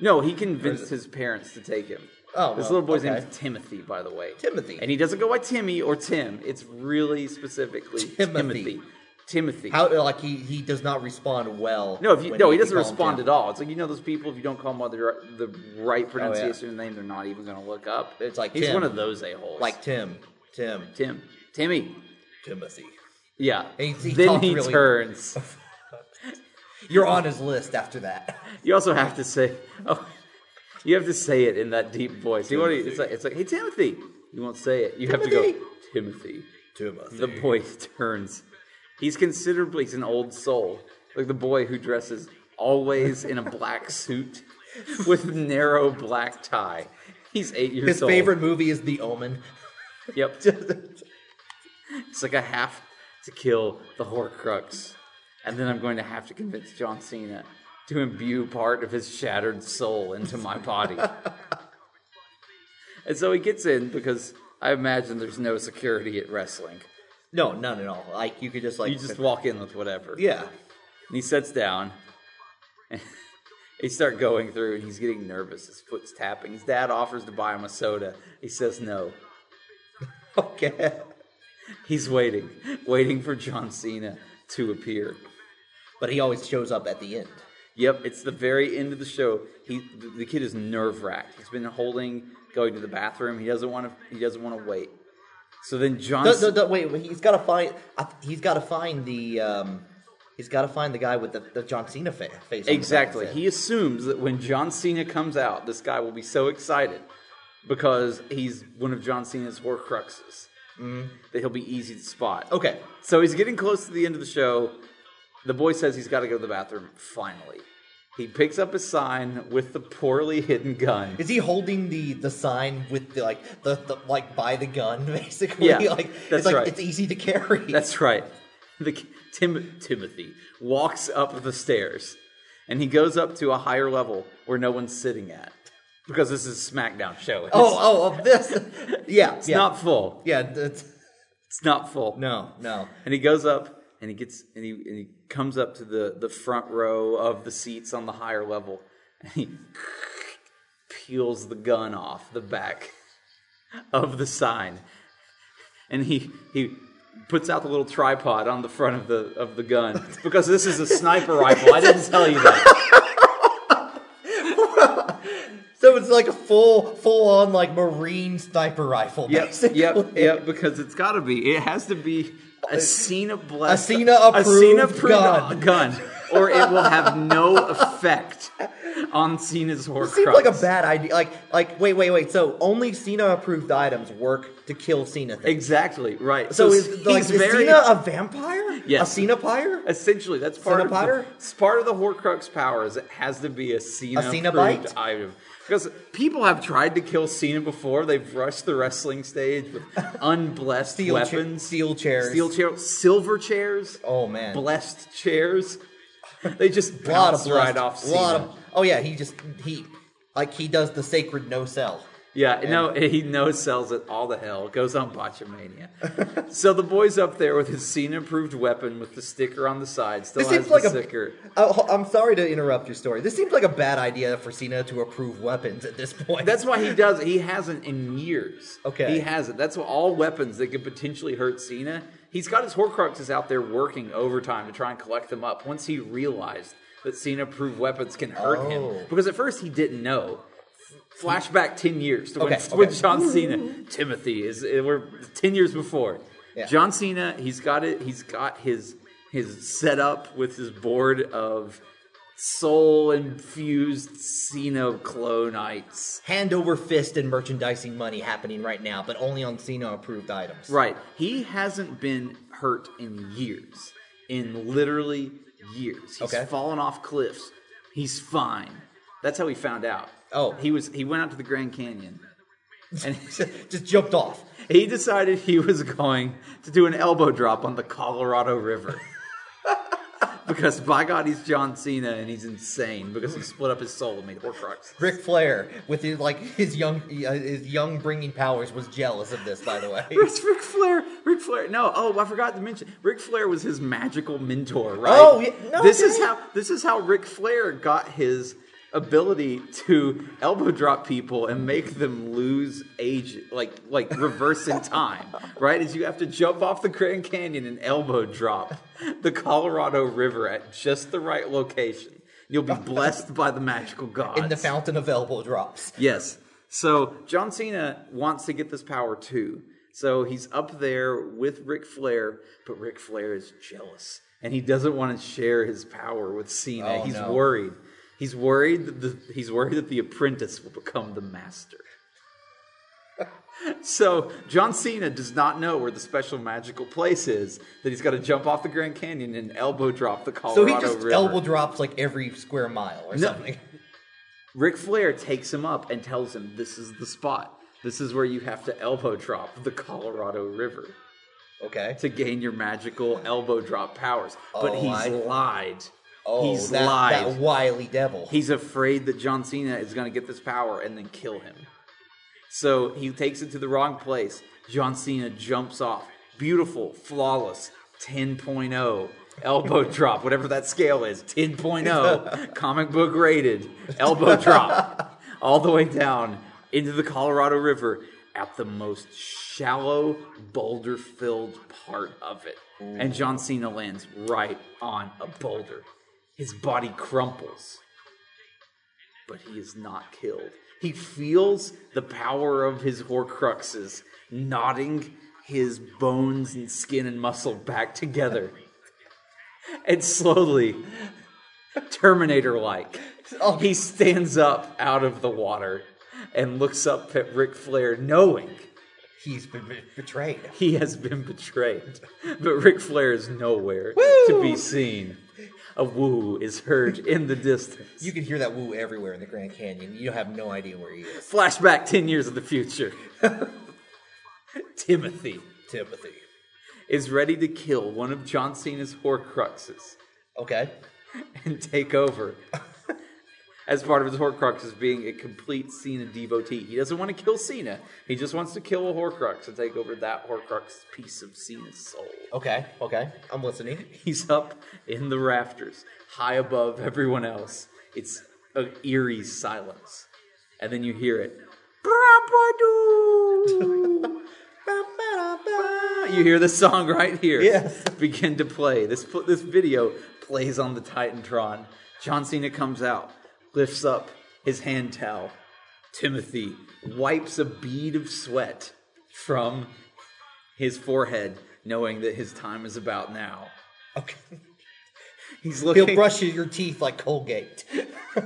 Speaker 1: no, he convinced his parents to take him.
Speaker 2: Oh,
Speaker 1: this
Speaker 2: well,
Speaker 1: little boy's
Speaker 2: okay.
Speaker 1: name is Timothy, by the way.
Speaker 2: Timothy.
Speaker 1: and he doesn't go by Timmy or Tim. It's really specifically
Speaker 2: Timothy.
Speaker 1: Timothy. Timothy.
Speaker 2: How like he he does not respond well.
Speaker 1: No, if you,
Speaker 2: when
Speaker 1: no, he
Speaker 2: if you
Speaker 1: doesn't
Speaker 2: call him
Speaker 1: respond
Speaker 2: Tim.
Speaker 1: at all. It's like you know those people. If you don't call them by the, ri- the right pronunciation of the name, they're not even going to look up.
Speaker 2: It's like
Speaker 1: he's
Speaker 2: Tim.
Speaker 1: one of those a holes.
Speaker 2: Like Tim, Tim,
Speaker 1: Tim, Timmy.
Speaker 2: Timothy.
Speaker 1: Yeah.
Speaker 2: He- he
Speaker 1: then
Speaker 2: talked
Speaker 1: he
Speaker 2: really-
Speaker 1: turns.
Speaker 2: You're on his list after that.
Speaker 1: You also have to say, oh, you have to say it in that deep voice. You already, it's like it's like, hey Timothy. You won't say it. You have to go
Speaker 2: Timothy.
Speaker 1: Timothy.
Speaker 2: Timothy.
Speaker 1: The boy turns. He's considerably he's an old soul, like the boy who dresses always in a black suit with narrow black tie. He's eight years
Speaker 2: his
Speaker 1: old.
Speaker 2: favorite movie is The Omen.
Speaker 1: Yep. it's like I have to kill the Horcrux, and then I'm going to have to convince John Cena to imbue part of his shattered soul into my body. and so he gets in because I imagine there's no security at wrestling.
Speaker 2: No, none at all. Like you could just like
Speaker 1: You just walk in with whatever.
Speaker 2: yeah.
Speaker 1: And he sits down. And they start going through, and he's getting nervous. His foot's tapping. His dad offers to buy him a soda. He says no.
Speaker 2: Okay.
Speaker 1: He's waiting, waiting for John Cena to appear.
Speaker 2: But he always shows up at the end.
Speaker 1: Yep, it's the very end of the show. He, the, the kid is nerve wracked. He's been holding, going to the bathroom. He doesn't want to. He doesn't want to wait. So then John.
Speaker 2: No, no, no, wait, wait, he's got to find. I th- He's got to find the. Um, he's got to find the guy with the, the John Cena fa- face. on the back of his
Speaker 1: Exactly.
Speaker 2: head.
Speaker 1: He assumes that when John Cena comes out, this guy will be so excited because he's one of John Cena's Horcruxes
Speaker 2: Mm-hmm.
Speaker 1: that he'll be easy to spot.
Speaker 2: okay.
Speaker 1: So he's getting close to the end of the show. The boy says he's got to go to the bathroom. Finally, he picks up his sign with the poorly hidden gun.
Speaker 2: Is he holding the the sign with the like the, the like by the gun basically?
Speaker 1: Yeah,
Speaker 2: like
Speaker 1: that's
Speaker 2: it's like
Speaker 1: right.
Speaker 2: it's easy to carry.
Speaker 1: That's right. The ki- Tim- Timothy walks up the stairs, and he goes up to a higher level where no one's sitting at because this is a SmackDown show. It's,
Speaker 2: oh oh of this. Yeah.
Speaker 1: it's
Speaker 2: yeah.
Speaker 1: not full.
Speaker 2: Yeah. That's,
Speaker 1: It's not full.
Speaker 2: no. No.
Speaker 1: And he goes up and he gets and he, and he comes up to the the front row of the seats on the higher level and he peels the gun off the back of the sign and he he puts out the little tripod on the front of the of the gun because this is a sniper rifle. I didn't tell you that.
Speaker 2: So it's like a full full on like marine sniper rifle.
Speaker 1: Yep,
Speaker 2: basically.
Speaker 1: yep, yep. Because it's got to be. It has to be a Cena blessed,
Speaker 2: Cena approved gun.
Speaker 1: gun, or it will have no effect on Cena's Horcrux.
Speaker 2: Seems like a bad idea. Like, like, wait, wait, wait. So only Cena approved items work to kill Cena. Things.
Speaker 1: Exactly right.
Speaker 2: So
Speaker 1: he's
Speaker 2: is like is
Speaker 1: very
Speaker 2: Cena a vampire?
Speaker 1: Yes.
Speaker 2: A Cena pyre?
Speaker 1: essentially that's part of the,
Speaker 2: Potter?
Speaker 1: it's part of the Horcrux power is it has to be a Cena,
Speaker 2: A Cena
Speaker 1: approved
Speaker 2: bite?
Speaker 1: item because people have tried to kill Cena before. They've rushed the wrestling stage with unblessed
Speaker 2: Steel cha-
Speaker 1: weapons,
Speaker 2: steel chairs.
Speaker 1: steel chair, silver chairs.
Speaker 2: Oh, man.
Speaker 1: blessed chairs. They just
Speaker 2: A lot
Speaker 1: bounce
Speaker 2: of
Speaker 1: right
Speaker 2: blood.
Speaker 1: off
Speaker 2: A
Speaker 1: Cena.
Speaker 2: lot of. Oh yeah, he just he like he does the sacred no sell.
Speaker 1: Yeah, no, he no sells it all the hell. Goes on botchamania. so the boy's up there with his Cena approved weapon with the sticker on the side. Still
Speaker 2: This
Speaker 1: has
Speaker 2: seems like
Speaker 1: the
Speaker 2: a.
Speaker 1: sticker.
Speaker 2: I, Oh, I'm sorry to interrupt your story. This seems like a bad idea for Cena to approve weapons at this point.
Speaker 1: That's why he does it. He hasn't in years.
Speaker 2: Okay.
Speaker 1: He hasn't. That's why all weapons that could potentially hurt Cena. He's got his Horcruxes out there working overtime to try and collect them up once he realized that Cena approved weapons can hurt
Speaker 2: Oh.
Speaker 1: him. Because at first he didn't know. Flashback 10 years to when,
Speaker 2: Okay, okay.
Speaker 1: when John Cena, Timothy is eh, we're 10 years before.
Speaker 2: Yeah.
Speaker 1: John Cena, he's got it. He's got his his setup with his board of soul infused Cena clonites.
Speaker 2: hand over fist in merchandising money happening right now, but only on Cena approved items.
Speaker 1: Right. He hasn't been hurt in years. In literally years. He's
Speaker 2: Okay.
Speaker 1: fallen off cliffs. He's fine. That's how he found out.
Speaker 2: Oh.
Speaker 1: He was he went out to the Grand Canyon and
Speaker 2: Just jumped off.
Speaker 1: he decided he was going to do an elbow drop on the Colorado River. because by God, he's John Cena and he's insane because he split up his soul and made Horcrux.
Speaker 2: Ric Flair with his like his young uh, his young bringing powers was jealous of this. By the way,
Speaker 1: It's Ric Flair. Ric Flair. No, oh, I forgot to mention. Ric Flair was his magical mentor, right?
Speaker 2: Oh, yeah. No,
Speaker 1: this is
Speaker 2: dang.
Speaker 1: how this is how Ric Flair got his ability to elbow drop people and make them lose age, like like reverse in time, right? Is you have to jump off the Grand Canyon and elbow drop the Colorado River at just the right location. You'll be blessed by the magical gods
Speaker 2: in the fountain of elbow drops.
Speaker 1: Yes. So John Cena wants to get this power too. So he's up there with Ric Flair, but Ric Flair is jealous and he doesn't want to share his power with Cena.
Speaker 2: Oh,
Speaker 1: he's
Speaker 2: no.
Speaker 1: worried. He's worried that the, he's worried that the apprentice will become the master. So John Cena does not know where the special magical place is that he's got to jump off the Grand Canyon and elbow drop the
Speaker 2: So
Speaker 1: Colorado
Speaker 2: he just
Speaker 1: River.
Speaker 2: elbow drops like every square mile or
Speaker 1: No.
Speaker 2: something.
Speaker 1: Ric Flair takes him up and tells him this is the spot. This is where you have to elbow drop the Colorado River
Speaker 2: Okay.
Speaker 1: to gain your magical elbow drop powers. But
Speaker 2: Oh,
Speaker 1: he's
Speaker 2: I-
Speaker 1: lied.
Speaker 2: Oh,
Speaker 1: he's
Speaker 2: that,
Speaker 1: lied.
Speaker 2: that wily devil.
Speaker 1: He's afraid that John Cena is going to get this power and then kill him. So he takes it to the wrong place. John Cena jumps off. Beautiful, flawless, 10.0 elbow drop, whatever that scale is. 10.0, comic book rated, elbow drop, all the way down into the Colorado River at the most shallow, boulder filled part of it. And John Cena lands right on a boulder. His body crumples but he is not killed. He feels the power of his Horcruxes knotting his bones and skin and muscle back together. And slowly, Terminator like,
Speaker 2: Oh.
Speaker 1: he stands up out of the water and looks up at Ric Flair, knowing
Speaker 2: he's been be- betrayed.
Speaker 1: he has been betrayed. But Ric Flair is nowhere to
Speaker 2: Woo!
Speaker 1: be seen. A woo is heard in the distance.
Speaker 2: You can hear that woo everywhere in the Grand Canyon. You have no idea where he is.
Speaker 1: Flashback 10 years of the future. Timothy
Speaker 2: Timothy.
Speaker 1: is ready to kill one of John Cena's Horcruxes
Speaker 2: Okay.
Speaker 1: and take over. As part of his Horcruxes being a complete Cena devotee. He doesn't want to kill Cena. He just wants to kill a Horcrux and take over that Horcrux piece of Cena's soul.
Speaker 2: Okay. Okay. I'm listening.
Speaker 1: He's up in the rafters, high above everyone else. It's an eerie silence. And then you hear it. "Brabadoo." you hear the song right here.
Speaker 2: Yes.
Speaker 1: Begin to play. This pl- this video plays on the Titantron. John Cena comes out, lifts up his hand towel. Timothy wipes a bead of sweat from his forehead, knowing that his time is about now.
Speaker 2: Okay.
Speaker 1: He's
Speaker 2: He'll
Speaker 1: looking
Speaker 2: brush your teeth like Colgate.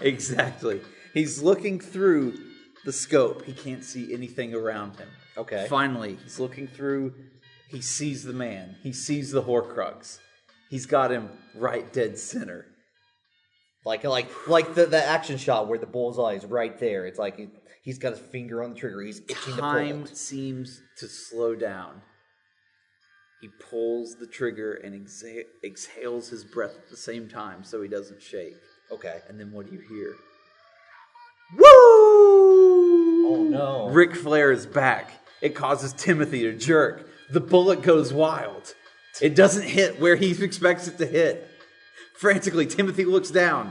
Speaker 1: exactly. He's looking through the scope. He can't see anything around him.
Speaker 2: Okay.
Speaker 1: Finally, he's looking through. He sees the man. He sees the Horcrux. He's got him right dead center.
Speaker 2: Like like like the, the action shot where the bullseye is right there. It's like he, he's got his finger on the trigger. He's itching
Speaker 1: Time
Speaker 2: to pull. it.
Speaker 1: seems to slow down. He pulls the trigger and exa- exhales his breath at the same time so he doesn't shake.
Speaker 2: Okay.
Speaker 1: And then what do you hear? Woo!
Speaker 2: Oh no.
Speaker 1: Ric Flair is back. It causes Timothy to jerk. The bullet goes wild. It doesn't hit where he expects it to hit. Frantically, Timothy looks down.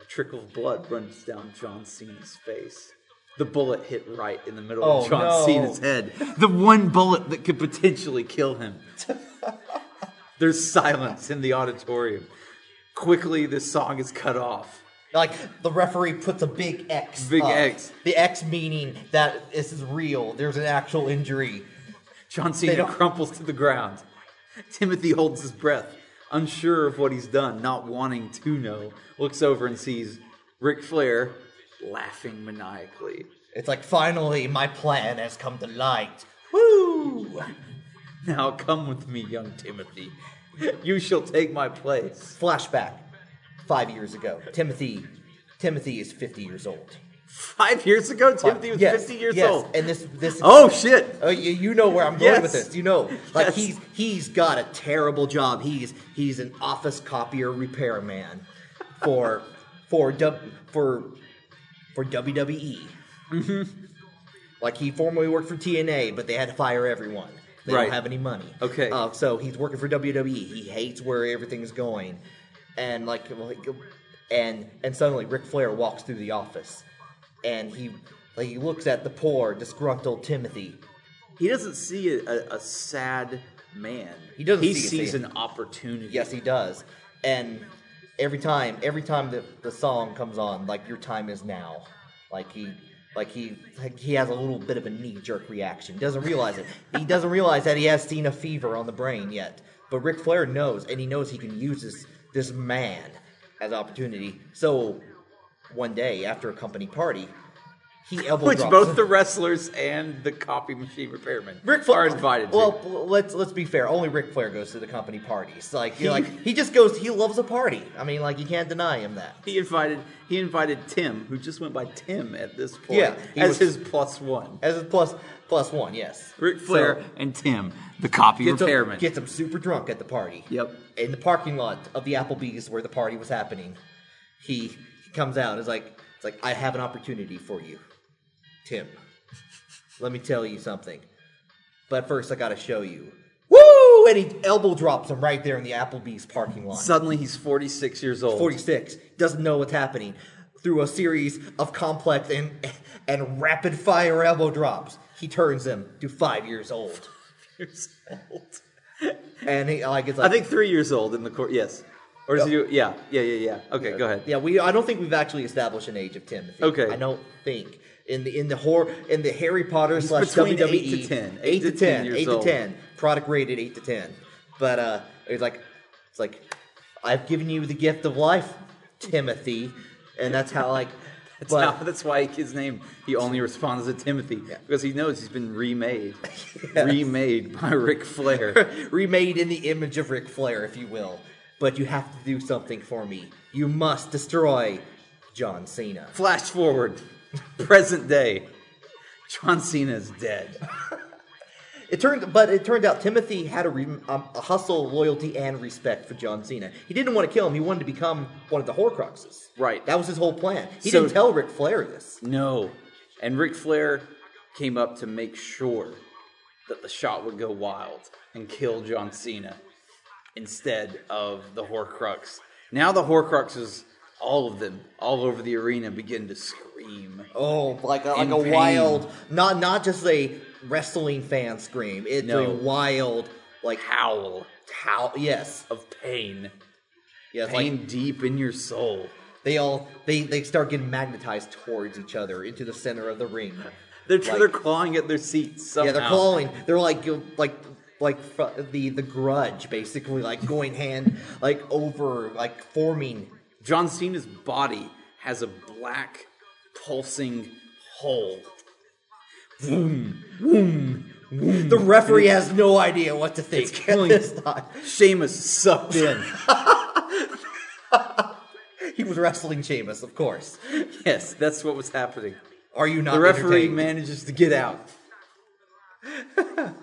Speaker 1: A trickle of blood runs down John Cena's face. The bullet hit right in the middle of
Speaker 2: Oh,
Speaker 1: John
Speaker 2: no.
Speaker 1: Cena's head. The one bullet that could potentially kill him. There's silence in the auditorium. Quickly, this song is cut off.
Speaker 2: Like the referee puts a big X.
Speaker 1: Big
Speaker 2: up.
Speaker 1: X.
Speaker 2: The X meaning that this is real. There's an actual injury.
Speaker 1: John Cena
Speaker 2: don't-
Speaker 1: crumples to the ground. Timothy holds his breath, unsure of what he's done, not wanting to know. Looks over and sees Ric Flair laughing maniacally.
Speaker 2: It's like finally my plan has come to light.
Speaker 1: Woo! Now come with me, young Timothy. You shall take my place.
Speaker 2: Flashback. Five years ago. Timothy Timothy is fifty years old.
Speaker 1: Five years ago, Timothy was
Speaker 2: Yes,
Speaker 1: 50 years
Speaker 2: yes,
Speaker 1: old.
Speaker 2: And this this
Speaker 1: Oh, shit.
Speaker 2: Oh, you, you know where I'm going with
Speaker 1: Yes.
Speaker 2: this. You know, like
Speaker 1: Yes.
Speaker 2: he's he's got a terrible job. He's he's an office copier repairman for for W- for for WWE.
Speaker 1: Mm-hmm.
Speaker 2: Like he formerly worked for TNA, but they had to fire everyone. They
Speaker 1: Right.
Speaker 2: don't have any money.
Speaker 1: Okay.
Speaker 2: Uh, so he's working for WWE. He hates where everything's going, and like, like and and suddenly Ric Flair walks through the office, and he like he looks at the poor disgruntled Timothy
Speaker 1: He doesn't see a, a, a sad man.
Speaker 2: He doesn't
Speaker 1: He
Speaker 2: see a
Speaker 1: sees
Speaker 2: sad-
Speaker 1: an opportunity.
Speaker 2: Yes, he does. And every time, every time the, the song comes on, like your time is now. Like he, like he, like he has a little bit of a knee jerk reaction. Doesn't realize it. he doesn't realize that he has seen a fever on the brain yet. But Ric Flair knows, and he knows he can use this this man as opportunity. So one day, after a company party, he elbow
Speaker 1: Which
Speaker 2: drops.
Speaker 1: both the wrestlers and the copy machine repairman
Speaker 2: Ric Flair
Speaker 1: are invited
Speaker 2: Well,
Speaker 1: to.
Speaker 2: p- let's let's be fair. Only Ric Flair goes to the company parties. Like you're like he just goes. He loves a party. I mean, like you can't deny him that.
Speaker 1: He invited he invited Tim, who just went by Tim at this point,
Speaker 2: Yeah, he
Speaker 1: as
Speaker 2: was-
Speaker 1: his plus one.
Speaker 2: As a plus plus one, yes.
Speaker 1: Ric Flair and Tim, the copy
Speaker 2: gets
Speaker 1: repairman.
Speaker 2: him, gets him super drunk at the party.
Speaker 1: Yep.
Speaker 2: In the parking lot of the Applebee's where the party was happening, he, he comes out. And is like it's like I have an opportunity for you, Tim. Let me tell you something. But first, I gotta show you. Woo! And he elbow drops him right there in the Applebee's parking lot.
Speaker 1: Suddenly he's 46 years old.
Speaker 2: 46 doesn't know what's happening through a series of complex and and rapid fire elbow drops he turns them to five years old
Speaker 1: years old.
Speaker 2: and he like it's like
Speaker 1: I think three years old in the court. Yes. Or is he? Yeah. Yeah. Yeah. Yeah. Okay. Go ahead.
Speaker 2: yeah we i don't think we've actually established an age of timothy
Speaker 1: Okay.
Speaker 2: i don't think in the in the horror in the harry potter slash
Speaker 1: between
Speaker 2: wwe
Speaker 1: eight to 10,
Speaker 2: 8 to 10
Speaker 1: years
Speaker 2: 8
Speaker 1: old.
Speaker 2: to 10 product rated 8 to 10 but uh it's like it's like i've given you the gift of life timothy and that's how like
Speaker 1: That's,
Speaker 2: but-
Speaker 1: how- that's why his name. He only responds to Timothy because he knows he's been remade, remade by Ric Flair.
Speaker 2: remade in the image of Ric Flair, if you will. But you have to do something for me. You must destroy John Cena.
Speaker 1: Flash forward, present day. John Cena is dead.
Speaker 2: It turned, but it turned out Timothy had a, re, um, a hustle, loyalty, and respect for John Cena. He didn't want to kill him. He wanted to become one of the Horcruxes.
Speaker 1: Right.
Speaker 2: That was his whole plan. He
Speaker 1: So-
Speaker 2: didn't tell Ric Flair this.
Speaker 1: No, and Ric Flair came up to make sure that the shot would go wild and kill John Cena instead of the Horcrux. Now the Horcruxes, all of them, all over the arena, begin to scream.
Speaker 2: Oh, like a, like
Speaker 1: In
Speaker 2: a
Speaker 1: pain.
Speaker 2: wild, not not just a wrestling fan scream. It's
Speaker 1: No.
Speaker 2: a wild, like
Speaker 1: Howl
Speaker 2: how? Yes,
Speaker 1: of pain.
Speaker 2: yes, like
Speaker 1: Pain deep in your soul.
Speaker 2: they all they they start getting magnetized towards each other into the center of the ring.
Speaker 1: They're,
Speaker 2: Like-
Speaker 1: they're clawing at their seats somehow.
Speaker 2: Yeah, they're clawing. They're like you like like fr- the the grudge basically like going hand like over like forming.
Speaker 1: John Cena's body has a black pulsing hole.
Speaker 2: The referee has no idea what to think.
Speaker 1: It's killing
Speaker 2: It's not-
Speaker 1: Seamus sucked in.
Speaker 2: He was wrestling Sheamus, of course.
Speaker 1: yes, that's what was happening.
Speaker 2: Are you not
Speaker 1: The referee
Speaker 2: entertained?
Speaker 1: manages to get out.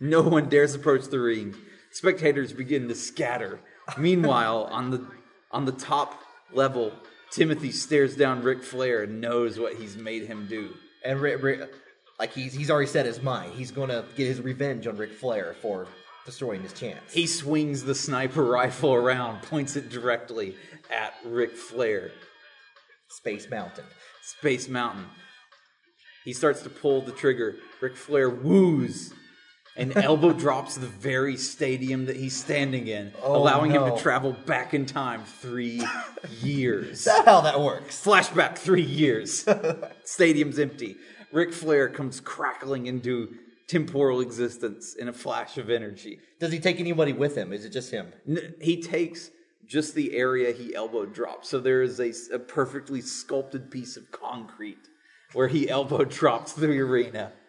Speaker 1: no one dares approach the ring. Spectators begin to scatter. Meanwhile, on the on the top level, Timothy stares down Ric Flair and knows what he's made him do.
Speaker 2: And Ri- Ri- like he's he's already set his mind. He's gonna get his revenge on Ric Flair for destroying his chance.
Speaker 1: He swings the sniper rifle around, points it directly at Ric Flair.
Speaker 2: Space Mountain.
Speaker 1: Space Mountain. He starts to pull the trigger. Ric Flair woos and elbow drops the very stadium that he's standing in,
Speaker 2: Oh,
Speaker 1: allowing him
Speaker 2: no.
Speaker 1: to travel back in time three years.
Speaker 2: That's how that works.
Speaker 1: Flashback three years. Stadium's empty. Ric Flair comes crackling into temporal existence in a flash of energy.
Speaker 2: Does he take anybody with him? Is it just him?
Speaker 1: N- He takes just the area he elbow drops. So there is a, s- a perfectly sculpted piece of concrete where he elbow drops the arena.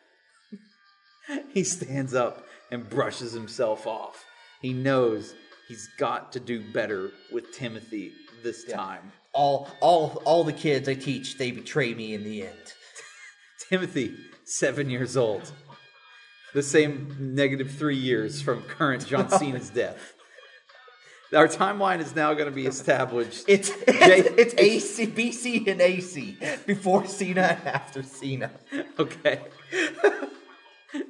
Speaker 1: He stands up and brushes himself off. He knows he's got to do better with Timothy this time.
Speaker 2: all all all the kids I teach they betray me in the end.
Speaker 1: Timothy, seven years old. The same negative three years from current John Cena's death. Our timeline is now going to be established.
Speaker 2: It's
Speaker 1: Jay-
Speaker 2: it's, it's AC, BC and AC before Cena and after Cena.
Speaker 1: Okay.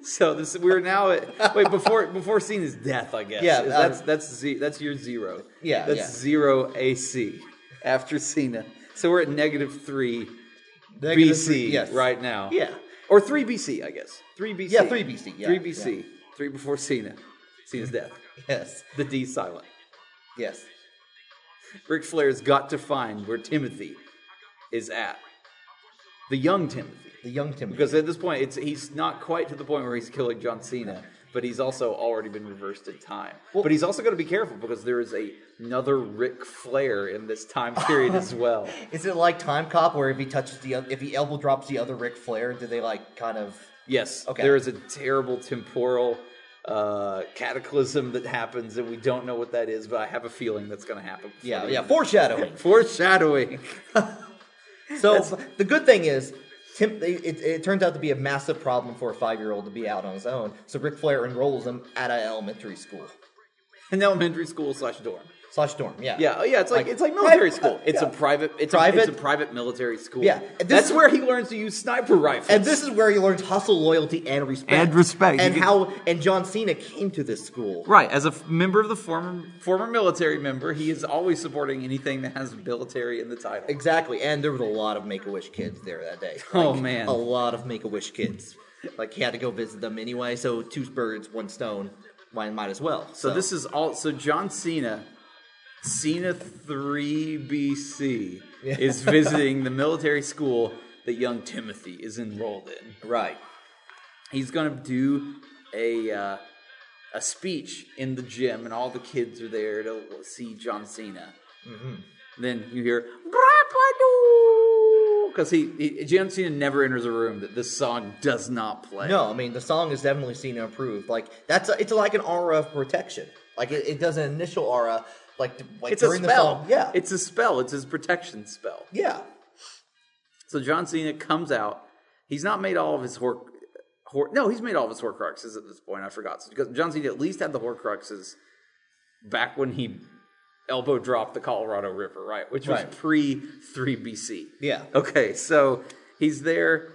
Speaker 1: So this we're now at wait before before Cena's death, I guess.
Speaker 2: Yeah,
Speaker 1: that's
Speaker 2: uh,
Speaker 1: that's ze- that's your zero.
Speaker 2: Yeah,
Speaker 1: that's
Speaker 2: yeah.
Speaker 1: zero AC after Cena. So we're at negative three
Speaker 2: Negative
Speaker 1: BC
Speaker 2: three- yes.
Speaker 1: right now.
Speaker 2: Yeah.
Speaker 1: or three BC, I guess. Three BC.
Speaker 2: Yeah, 3 BC, yeah,
Speaker 1: three BC. Three before Cena. Cena's death.
Speaker 2: Yes.
Speaker 1: The D silent.
Speaker 2: Yes.
Speaker 1: Ric Flair's got to find where Timothy is at. The young Timothy.
Speaker 2: The young Timothy.
Speaker 1: Because at this point, it's he's not quite to the point where he's killing John Cena, but he's also already been reversed in time. but he's also got to be careful because there is a, another Ric Flair in this time period as well.
Speaker 2: Is it like Time Cop, where if he touches the oth- if he elbow drops the other Ric Flair, do they like kind of?
Speaker 1: Yes,
Speaker 2: Okay.
Speaker 1: there is a terrible temporal uh, cataclysm that happens, and we don't know what that is, but I have a feeling that's going to happen. before
Speaker 2: Yeah,
Speaker 1: the
Speaker 2: yeah,
Speaker 1: end of-
Speaker 2: foreshadowing.
Speaker 1: foreshadowing.
Speaker 2: So the good thing is, Tim, it, it, it turns out to be a massive problem for a five-year-old to be out on his own. So Ric Flair enrolls him at an elementary school
Speaker 1: An elementary school slash dorm.
Speaker 2: slash dorm. Yeah,
Speaker 1: Yeah, oh, yeah, it's like,
Speaker 2: Like,
Speaker 1: it's like military
Speaker 2: private-
Speaker 1: school. it's a
Speaker 2: yeah.
Speaker 1: private it's A,
Speaker 2: Private-
Speaker 1: it's a private military school.
Speaker 2: Yeah, and this
Speaker 1: that's
Speaker 2: is-
Speaker 1: where he learns to use sniper rifles.
Speaker 2: And this is where he learns hustle, loyalty, and respect.
Speaker 1: And respect.
Speaker 2: And
Speaker 1: You
Speaker 2: how and John Cena came to this school.
Speaker 1: Right, as a f- member of the former former military member, he is always supporting anything that has military in the title.
Speaker 2: Exactly. And there was a lot of Make a Wish kids there that day.
Speaker 1: Oh, man.
Speaker 2: a lot of Make a Wish kids. Like he had to go visit them anyway. So two birds, one stone. Might might as well.
Speaker 1: So this is all. So John Cena, Cena three BC, is visiting the military school that young Timothy is enrolled in.
Speaker 2: right.
Speaker 1: He's gonna do a uh, a speech in the gym, and all the kids are there to see John Cena.
Speaker 2: Mm-hmm.
Speaker 1: Then you hear because he, he John Cena never enters a room that this song does not play.
Speaker 2: No, I mean the song is definitely Cena approved. Like that's a, it's like an aura of protection. Like it, it does an initial aura. Like, d- like
Speaker 1: it's a
Speaker 2: during
Speaker 1: spell.
Speaker 2: the song. Yeah.
Speaker 1: it's a spell. It's his protection spell.
Speaker 2: yeah.
Speaker 1: So John Cena comes out. He's not made all of his hor, hor no, he's made all of his Horcruxes at this point. I forgot because John Cena at least had the Horcruxes back when he elbow dropped the Colorado River, right? Which was
Speaker 2: Right.
Speaker 1: pre three BC.
Speaker 2: Yeah.
Speaker 1: Okay, so he's there,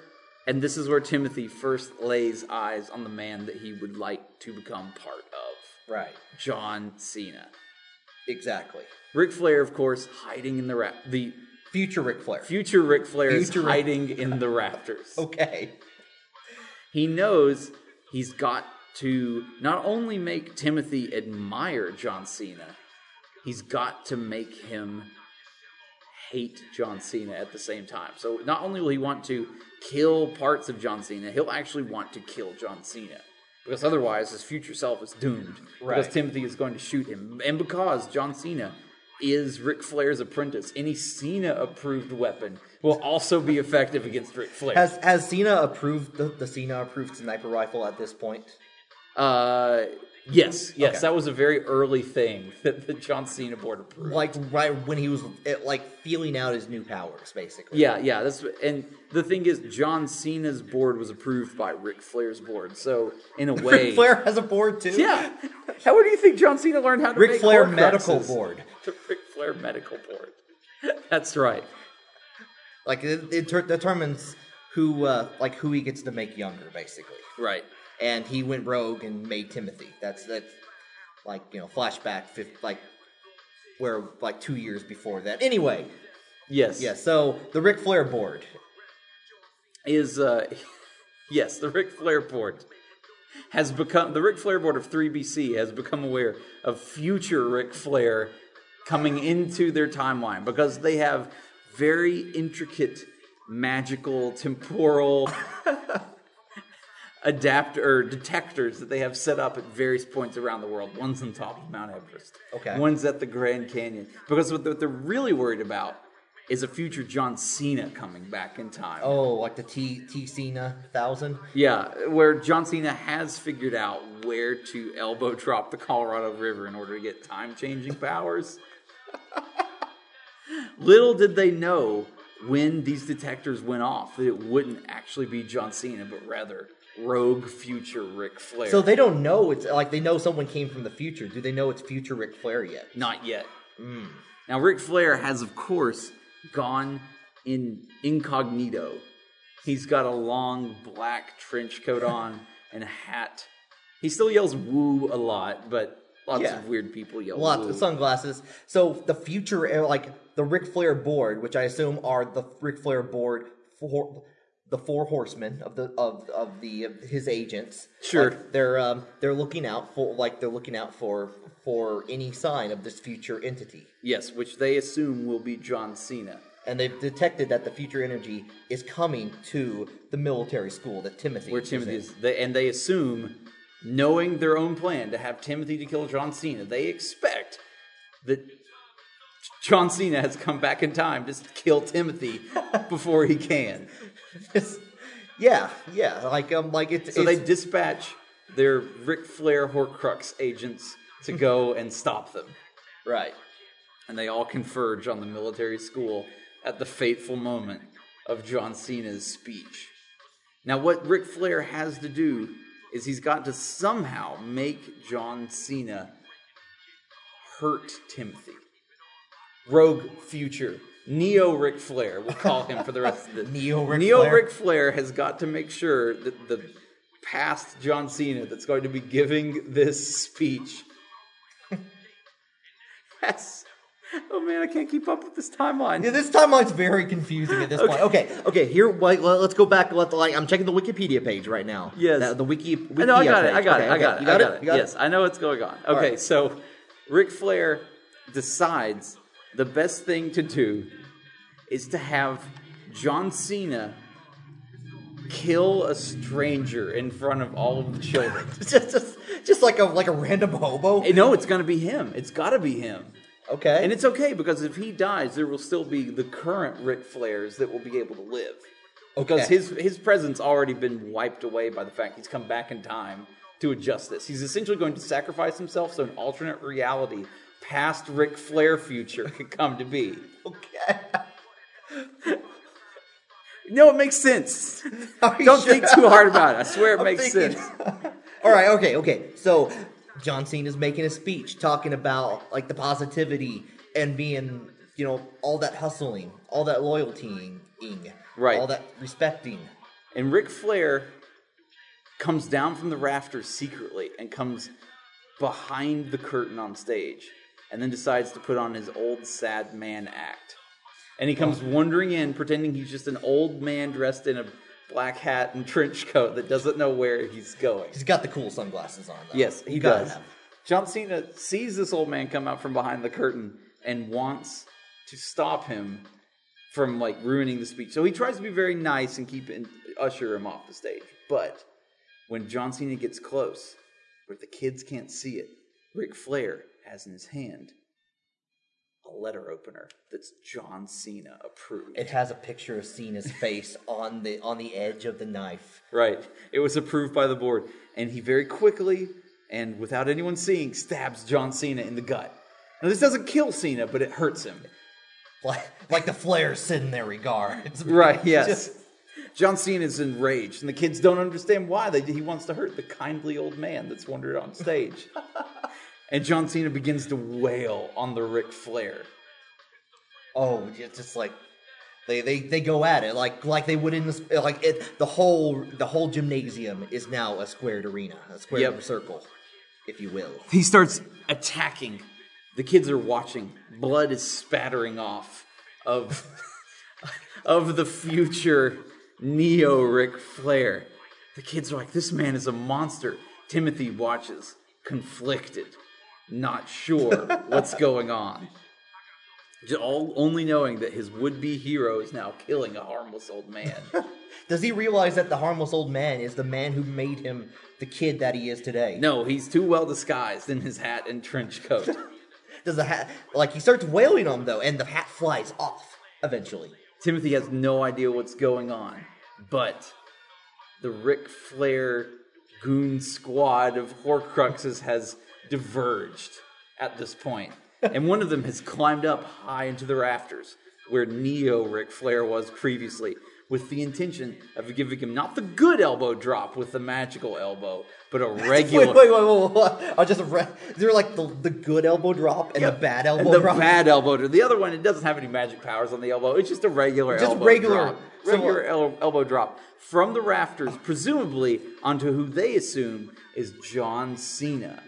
Speaker 1: and this is where Timothy first lays eyes on the man that he would like to become part of,
Speaker 2: Right.
Speaker 1: John Cena.
Speaker 2: Exactly.
Speaker 1: Ric Flair, of course, hiding in the ra- the
Speaker 2: Future Ric Flair.
Speaker 1: future Ric Flair is
Speaker 2: Future Ric- Oh,
Speaker 1: hiding in the rafters.
Speaker 2: okay.
Speaker 1: he knows he's got to not only make Timothy admire John Cena, he's got to make him hate John Cena at the same time. So not only will he want to kill parts of John Cena, he'll actually want to kill John Cena. Because otherwise his future self is doomed. Because
Speaker 2: Right.
Speaker 1: Timothy is going to shoot him. And because John Cena is Ric Flair's apprentice, any Cena approved weapon will also be effective against Ric Flair.
Speaker 2: Has has Cena approved the, the Cena approved sniper rifle at this point?
Speaker 1: Uh, yes, yes,
Speaker 2: Okay.
Speaker 1: that was a very early thing that the John Cena board approved.
Speaker 2: Like right when he was eh, like feeling out his new powers, basically.
Speaker 1: Yeah, yeah, that's and the thing is, John Cena's board was approved by Ric Flair's board, so in a way,
Speaker 2: Ric Flair has a board too.
Speaker 1: yeah. How do you think John Cena learned how to
Speaker 2: Ric
Speaker 1: make
Speaker 2: Flair
Speaker 1: Horcruxes?
Speaker 2: medical board.
Speaker 1: The Ric Flair medical board. That's right.
Speaker 2: Like it, it ter- determines who uh, like who he gets to make younger, basically.
Speaker 1: Right.
Speaker 2: And he went rogue and made Timothy. That's that's like you know flashback, fif- like where like two years before that. Anyway,
Speaker 1: Yes.
Speaker 2: yeah. So the Ric Flair board.
Speaker 1: is uh yes, the Ric Flair board has become the Ric Flair board of 3BC has become aware of future Ric Flair coming into their timeline because they have very intricate magical temporal adapt or detectors that they have set up at various points around the world. One's on top of Mount Everest.
Speaker 2: Okay.
Speaker 1: One's at the Grand Canyon. Because what they're- what they're really worried about is a future John Cena coming back in time.
Speaker 2: Oh, like the T T Cena thousand.
Speaker 1: Yeah, where John Cena has figured out where to elbow drop the Colorado River in order to get time changing powers. Little did they know when these detectors went off that it wouldn't actually be John Cena, but rather rogue future Ric Flair.
Speaker 2: So they don't know it's like they know someone came from the future. Do they know it's future Ric Flair yet?
Speaker 1: Not yet.
Speaker 2: Mm.
Speaker 1: Now, Ric Flair has, of course, gone in incognito. He's got a long black trench coat on and a hat. He still yells woo a lot, but lots
Speaker 2: Yeah.
Speaker 1: of weird people yell
Speaker 2: Lots
Speaker 1: woo.
Speaker 2: of sunglasses. So the future, uh, like the Ric Flair board, which I assume are the Ric Flair board for the four horsemen of the of of the of his agents.
Speaker 1: Sure.
Speaker 2: Like, they're um, they're looking out for like they're looking out for for any sign of this future entity,
Speaker 1: yes, which they assume will be John Cena.
Speaker 2: and they've detected that the future energy is coming to the military school that Timothy
Speaker 1: Where
Speaker 2: is
Speaker 1: Timothy
Speaker 2: in.
Speaker 1: is, they, and they assume, knowing their own plan to have Timothy to kill John Cena, they expect that John Cena has come back in time to s- kill Timothy before he can.
Speaker 2: yeah, yeah, like um, like it's
Speaker 1: So
Speaker 2: it's,
Speaker 1: they dispatch their Ric Flair Horcrux agents to go and stop them.
Speaker 2: right.
Speaker 1: And they all converge on the military school at the fateful moment of John Cena's speech. Now, what Ric Flair has to do is he's got to somehow make John Cena hurt Timothy. Rogue Future. Neo Ric Flair, we'll call him for the rest of the
Speaker 2: Neo Ric
Speaker 1: Neo
Speaker 2: Flair.
Speaker 1: Ric Flair has got to make sure that the past John Cena that's going to be giving this speech has. Oh man, I can't keep up with this timeline.
Speaker 2: Yeah, this timeline's very confusing at this point. Okay, okay. Here, wait, let- let's go back. Let the like. I'm checking the Wikipedia page right now.
Speaker 1: Yes.
Speaker 2: the, the wiki.
Speaker 1: I know, I
Speaker 2: Wikia
Speaker 1: got it. I
Speaker 2: page.
Speaker 1: got
Speaker 2: Okay,
Speaker 1: it. I
Speaker 2: okay.
Speaker 1: got it.
Speaker 2: You
Speaker 1: I
Speaker 2: got,
Speaker 1: got it.
Speaker 2: You got
Speaker 1: yes, I know what's going on.
Speaker 2: right.
Speaker 1: Okay, so Ric Flair decides the best thing to do is to have John Cena kill a stranger in front of all of the children.
Speaker 2: it. just, just, just like a like a random hobo.
Speaker 1: Eh, no, it's going to be him. It's got to be him.
Speaker 2: okay.
Speaker 1: And it's okay because if he dies, there will still be the current Ric Flairs that will be able to live. Because
Speaker 2: Okay.
Speaker 1: his his presence already been wiped away by the fact he's come back in time to adjust this. He's essentially going to sacrifice himself so an alternate reality, past Ric Flair future, could come to be.
Speaker 2: okay.
Speaker 1: No, it makes sense.
Speaker 2: Are you
Speaker 1: Don't
Speaker 2: sure?
Speaker 1: think too hard about it. I swear it
Speaker 2: I'm
Speaker 1: makes
Speaker 2: thinking-
Speaker 1: sense.
Speaker 2: All right. Okay. Okay. So John Cena's making a speech talking about like the positivity and being you know all that hustling, all that loyaltying,
Speaker 1: Right.
Speaker 2: all that respecting.
Speaker 1: And Ric Flair comes down from the rafters secretly and comes behind the curtain on stage and then decides to put on his old sad man act. And he comes wandering in, pretending he's just an old man dressed in a black hat and trench coat that doesn't know where he's going.
Speaker 2: He's got the cool sunglasses on. Though.
Speaker 1: Yes, he
Speaker 2: You gotta
Speaker 1: does.
Speaker 2: have 'em.
Speaker 1: John Cena sees this old man come out from behind the curtain and wants to stop him from like ruining the speech. So he tries to be very nice and keep and usher him off the stage. But when John Cena gets close, where the kids can't see it, Ric Flair has in his hand a letter opener that's John Cena approved.
Speaker 2: It has a picture of Cena's face on the on the edge of the knife.
Speaker 1: Right. It was approved by the board. And he very quickly and without anyone seeing stabs John Cena in the gut. Now, this doesn't kill Cena, but it hurts him.
Speaker 2: Like, like the flares sitting there regards.
Speaker 1: Right, yes. John Cena is enraged, and the kids don't understand why. They, he wants to hurt the kindly old man that's wandered on stage. and John Cena begins to wail on the Ric Flair.
Speaker 2: Oh, yeah, just like they, they they go at it like like they would in this like it, the whole the whole gymnasium is now a squared arena, a squared
Speaker 1: Yep.
Speaker 2: circle, if you will.
Speaker 1: He starts attacking. The kids are watching. Blood is spattering off of of the future Neo Ric Flair. The kids are like, "This man is a monster." Timothy watches, conflicted, not sure what's going on. J- All, only knowing that his would-be hero is now killing a harmless old man.
Speaker 2: Does he realize that the harmless old man is the man who made him the kid that he is today?
Speaker 1: no, he's too well disguised in his hat and trench coat.
Speaker 2: Does the hat like he starts wailing on him though, and the hat flies off eventually.
Speaker 1: Timothy has no idea what's going on, but the Ric Flair goon squad of Horcruxes has diverged at this point. and one of them has climbed up high into the rafters where Neo Ric Flair was previously, with the intention of giving him not the good elbow drop with the magical elbow, but a regular.
Speaker 2: Wait, wait, wait, wait, wait. I just re- they're like the, the good elbow drop and the bad elbow
Speaker 1: and the
Speaker 2: drop.
Speaker 1: bad elbow drop. The other one, it doesn't have any magic powers on the elbow. It's just a regular
Speaker 2: Just
Speaker 1: elbow
Speaker 2: regular.
Speaker 1: drop.
Speaker 2: So-
Speaker 1: Regular el- elbow drop from the rafters, presumably onto who they assume is John Cena.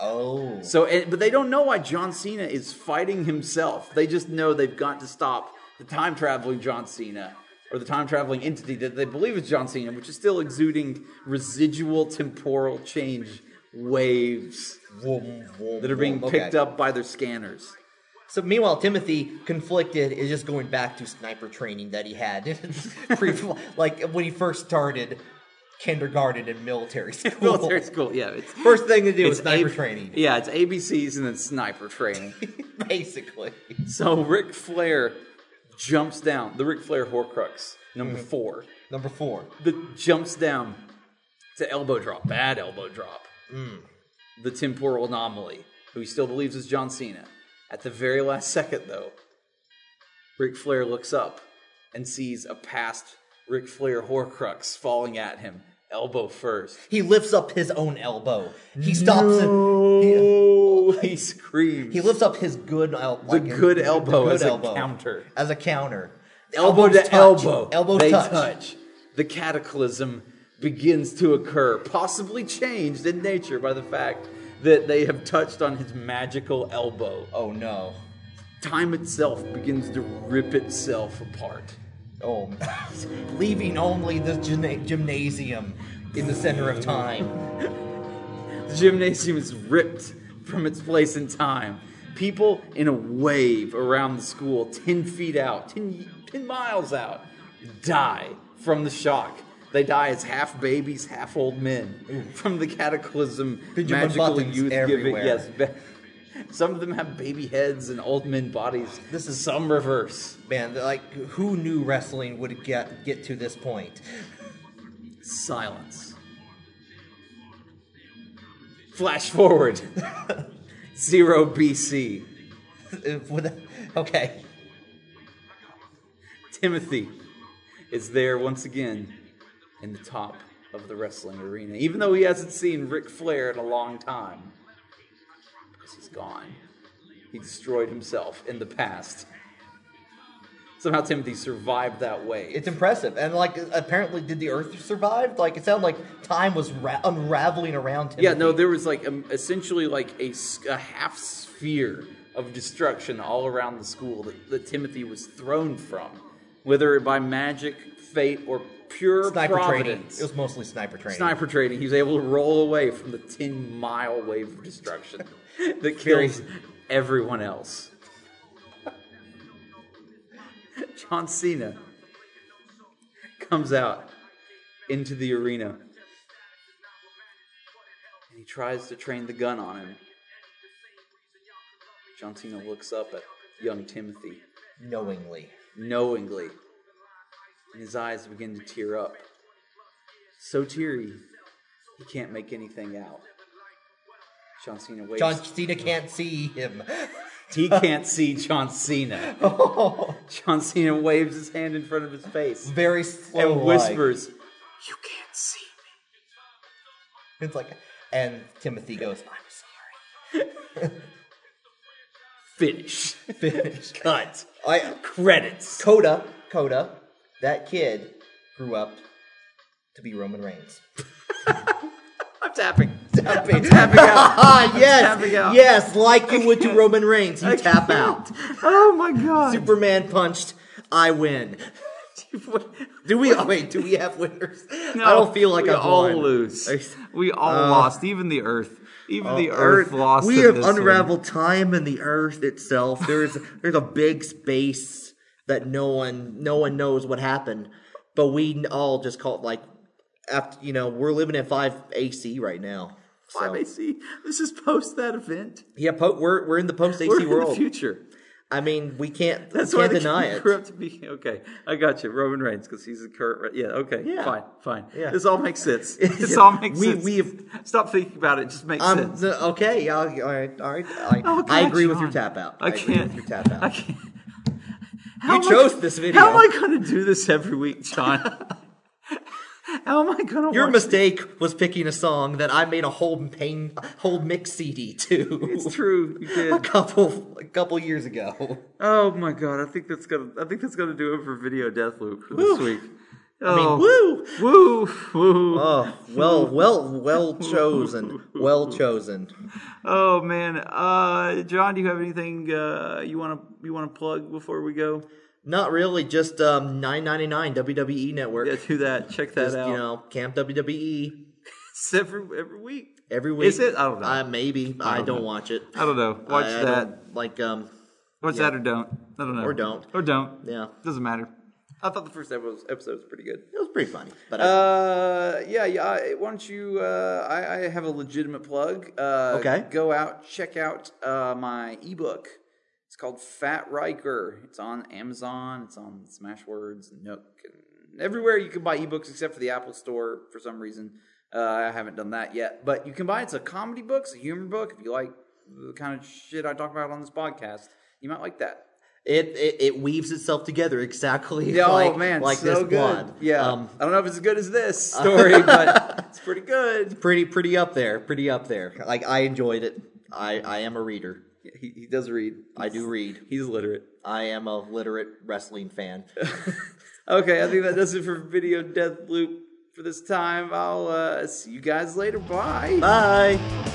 Speaker 2: oh,
Speaker 1: So, and, but they don't know why John Cena is fighting himself. They just know they've got to stop the time traveling John Cena or the time traveling entity that they believe is John Cena, which is still exuding residual temporal change waves that are being picked up by their scanners.
Speaker 2: So meanwhile, Timothy, conflicted, is just going back to sniper training that he had, pre- like when he first started kindergarten and military school.
Speaker 1: Military school, yeah. It's,
Speaker 2: First thing to do is sniper
Speaker 1: A-
Speaker 2: training,
Speaker 1: Yeah, it's ABCs and then sniper training.
Speaker 2: basically.
Speaker 1: so Ric Flair jumps down. The Ric Flair Horcrux, number
Speaker 2: Mm-hmm.
Speaker 1: four.
Speaker 2: Number four.
Speaker 1: that jumps down to elbow drop, bad elbow drop.
Speaker 2: Mm.
Speaker 1: The temporal anomaly, who he still believes is John Cena. At the very last second, though, Ric Flair looks up and sees a past Ric Flair Horcrux falling at him, elbow first.
Speaker 2: He lifts up his own elbow. He stops it. He,
Speaker 1: Oh, he screams.
Speaker 2: he lifts up his good elbow.
Speaker 1: the good elbow as a counter.
Speaker 2: As a counter.
Speaker 1: elbow
Speaker 2: Elbows
Speaker 1: to
Speaker 2: touch.
Speaker 1: elbow.
Speaker 2: Elbow
Speaker 1: they
Speaker 2: touch.
Speaker 1: The cataclysm begins to occur, possibly changed in nature by the fact that they have touched on his magical elbow.
Speaker 2: Oh no.
Speaker 1: Time itself begins to rip itself apart.
Speaker 2: Oh, leaving only the gymna- gymnasium in the center of time.
Speaker 1: The gymnasium is ripped from its place in time. People in a wave around the school, 10 feet out, 10, 10 miles out, die from the shock. They die as half babies, half old men from the cataclysm,
Speaker 2: Benjamin
Speaker 1: magical
Speaker 2: Buttons
Speaker 1: youth giving.
Speaker 2: everywhere.
Speaker 1: Yes, be- some of them have baby heads and old men bodies. This is some reverse.
Speaker 2: Man, they're like who knew wrestling would get get to this point?
Speaker 1: Silence. Flash forward. Zero BC.
Speaker 2: If with- okay,
Speaker 1: Timothy is there once again in the top of the wrestling arena, even though he hasn't seen Ric Flair in a long time. Because he's gone. He destroyed himself in the past. Somehow Timothy survived that way.
Speaker 2: it's impressive. And like apparently, did the Earth survive? Like it sounded like time was ra- unraveling around him.
Speaker 1: yeah, no, there was like um, essentially like a, s- a half sphere of destruction all around the school that, that Timothy was thrown from, whether by magic, fate, or pure
Speaker 2: sniper training.
Speaker 1: providence.
Speaker 2: It was mostly sniper training.
Speaker 1: sniper training. He was able to roll away from the 10 mile wave of destruction that kills everyone else. John Cena comes out into the arena and he tries to train the gun on him. John Cena looks up at young Timothy
Speaker 2: knowingly.
Speaker 1: knowingly, and his eyes begin to tear up. So teary, he can't make anything out. John Cena waits.
Speaker 2: John Cena can't see him.
Speaker 1: he can't see John Cena. John Cena waves his hand in front of his face
Speaker 2: Very slow.
Speaker 1: and whispers, "You can't see me."
Speaker 2: It's like, and Timothy goes, "I'm
Speaker 1: Finish.
Speaker 2: sorry." Finished.
Speaker 1: Cut.
Speaker 2: I
Speaker 1: Credits.
Speaker 2: Coda, Coda, that kid grew up to be Roman Reigns.
Speaker 1: I'm tapping.
Speaker 2: Tapping.
Speaker 1: I'm tapping out.
Speaker 2: Ah, yes,
Speaker 1: tapping out.
Speaker 2: yes, like you would to Roman Reigns, you tap out.
Speaker 1: Oh my god.
Speaker 2: Superman punched, I win. Do we? oh, Wait, do we have winners? I don't feel like
Speaker 1: we
Speaker 2: I
Speaker 1: all
Speaker 2: won.
Speaker 1: lose. We all lost. Even the Earth. Even the Uh, Oh, Earth, lost.
Speaker 2: We
Speaker 1: in
Speaker 2: have
Speaker 1: this one.
Speaker 2: unraveled time and the Earth itself. There's there's a big space that no one no one knows what happened, but we all just call it like after you know we're living at five AC right now. So.
Speaker 1: Five AC. This is post that event.
Speaker 2: Yeah, po- we're we're in the post
Speaker 1: We're
Speaker 2: AC
Speaker 1: in the
Speaker 2: world.
Speaker 1: future.
Speaker 2: I mean, we can't
Speaker 1: That's why
Speaker 2: can't
Speaker 1: the
Speaker 2: deny
Speaker 1: king
Speaker 2: it.
Speaker 1: grew up to be okay. I got you, Roman Reigns, because he's the current. Re- yeah, okay,
Speaker 2: Yeah.
Speaker 1: fine, fine.
Speaker 2: Yeah.
Speaker 1: This all makes sense. This all makes
Speaker 2: We-
Speaker 1: sense.
Speaker 2: we have-
Speaker 1: stop thinking about it. It Just makes
Speaker 2: Um,
Speaker 1: sense.
Speaker 2: the- okay, yeah, all right, all right. I,
Speaker 1: Oh,
Speaker 2: I
Speaker 1: God,
Speaker 2: agree with your
Speaker 1: John.
Speaker 2: tap out.
Speaker 1: I
Speaker 2: agree
Speaker 1: can't.
Speaker 2: with your tap
Speaker 1: I
Speaker 2: out.
Speaker 1: can't. How am I-
Speaker 2: chose this video.
Speaker 1: How am I going to do this every week, John? how am I going to?
Speaker 2: Your
Speaker 1: watch
Speaker 2: mistake was picking a song that I made a whole pain, whole mix CD to.
Speaker 1: It's true. You
Speaker 2: a
Speaker 1: did.
Speaker 2: couple a couple years ago.
Speaker 1: Oh my god! I think that's gonna. I think that's gonna do it for video death loop for this
Speaker 2: Woo.
Speaker 1: week.
Speaker 2: mean,
Speaker 1: Oh. woo, woo, woo.
Speaker 2: Oh, well, well, well chosen, well chosen.
Speaker 1: Oh man, uh, John, do you have anything uh, you want to you want to plug before we go?
Speaker 2: Not really, just um, nine ninety nine WWE E Network.
Speaker 1: Yeah, do that. Check that
Speaker 2: Just,
Speaker 1: out.
Speaker 2: you know, Camp WWE
Speaker 1: It's every every week.
Speaker 2: every week.
Speaker 1: Is it? I don't know.
Speaker 2: Uh, maybe I don't,
Speaker 1: know.
Speaker 2: watch it.
Speaker 1: I don't know. Watch
Speaker 2: I- I
Speaker 1: that.
Speaker 2: don't- like um,
Speaker 1: Watch
Speaker 2: yeah.
Speaker 1: that or don't. I don't know.
Speaker 2: Or don't.
Speaker 1: Or don't.
Speaker 2: yeah,
Speaker 1: Doesn't matter. I thought the first episode was pretty good.
Speaker 2: it was pretty funny. But I,
Speaker 1: Uh, yeah, yeah. I- Why don't you? Uh, I, I have a legitimate plug. Uh,
Speaker 2: Okay.
Speaker 1: Go out, check out uh, my ebook. It's called Fat Riker. It's on Amazon. It's on Smashwords, Nook, and everywhere you can buy ebooks except for the Apple Store for some reason. Uh, I haven't done that yet, but you can buy. it. It's a comedy book. It's a humor book. If you like the kind of shit I talk about on this podcast, you might like that.
Speaker 2: it, it it weaves itself together exactly.
Speaker 1: Yeah,
Speaker 2: like,
Speaker 1: oh man,
Speaker 2: like
Speaker 1: so
Speaker 2: this
Speaker 1: good.
Speaker 2: blonde.
Speaker 1: Yeah,
Speaker 2: Um,
Speaker 1: I don't know if it's as good as this story, but it's pretty good.
Speaker 2: pretty pretty up there, pretty up there. Like I enjoyed it. I I am a reader.
Speaker 1: He, he does read.
Speaker 2: I do read.
Speaker 1: He's literate.
Speaker 2: I am a literate wrestling fan.
Speaker 1: Okay, I think that does it for video death loop for this time. I'll uh, see you guys later. Bye.
Speaker 2: Bye.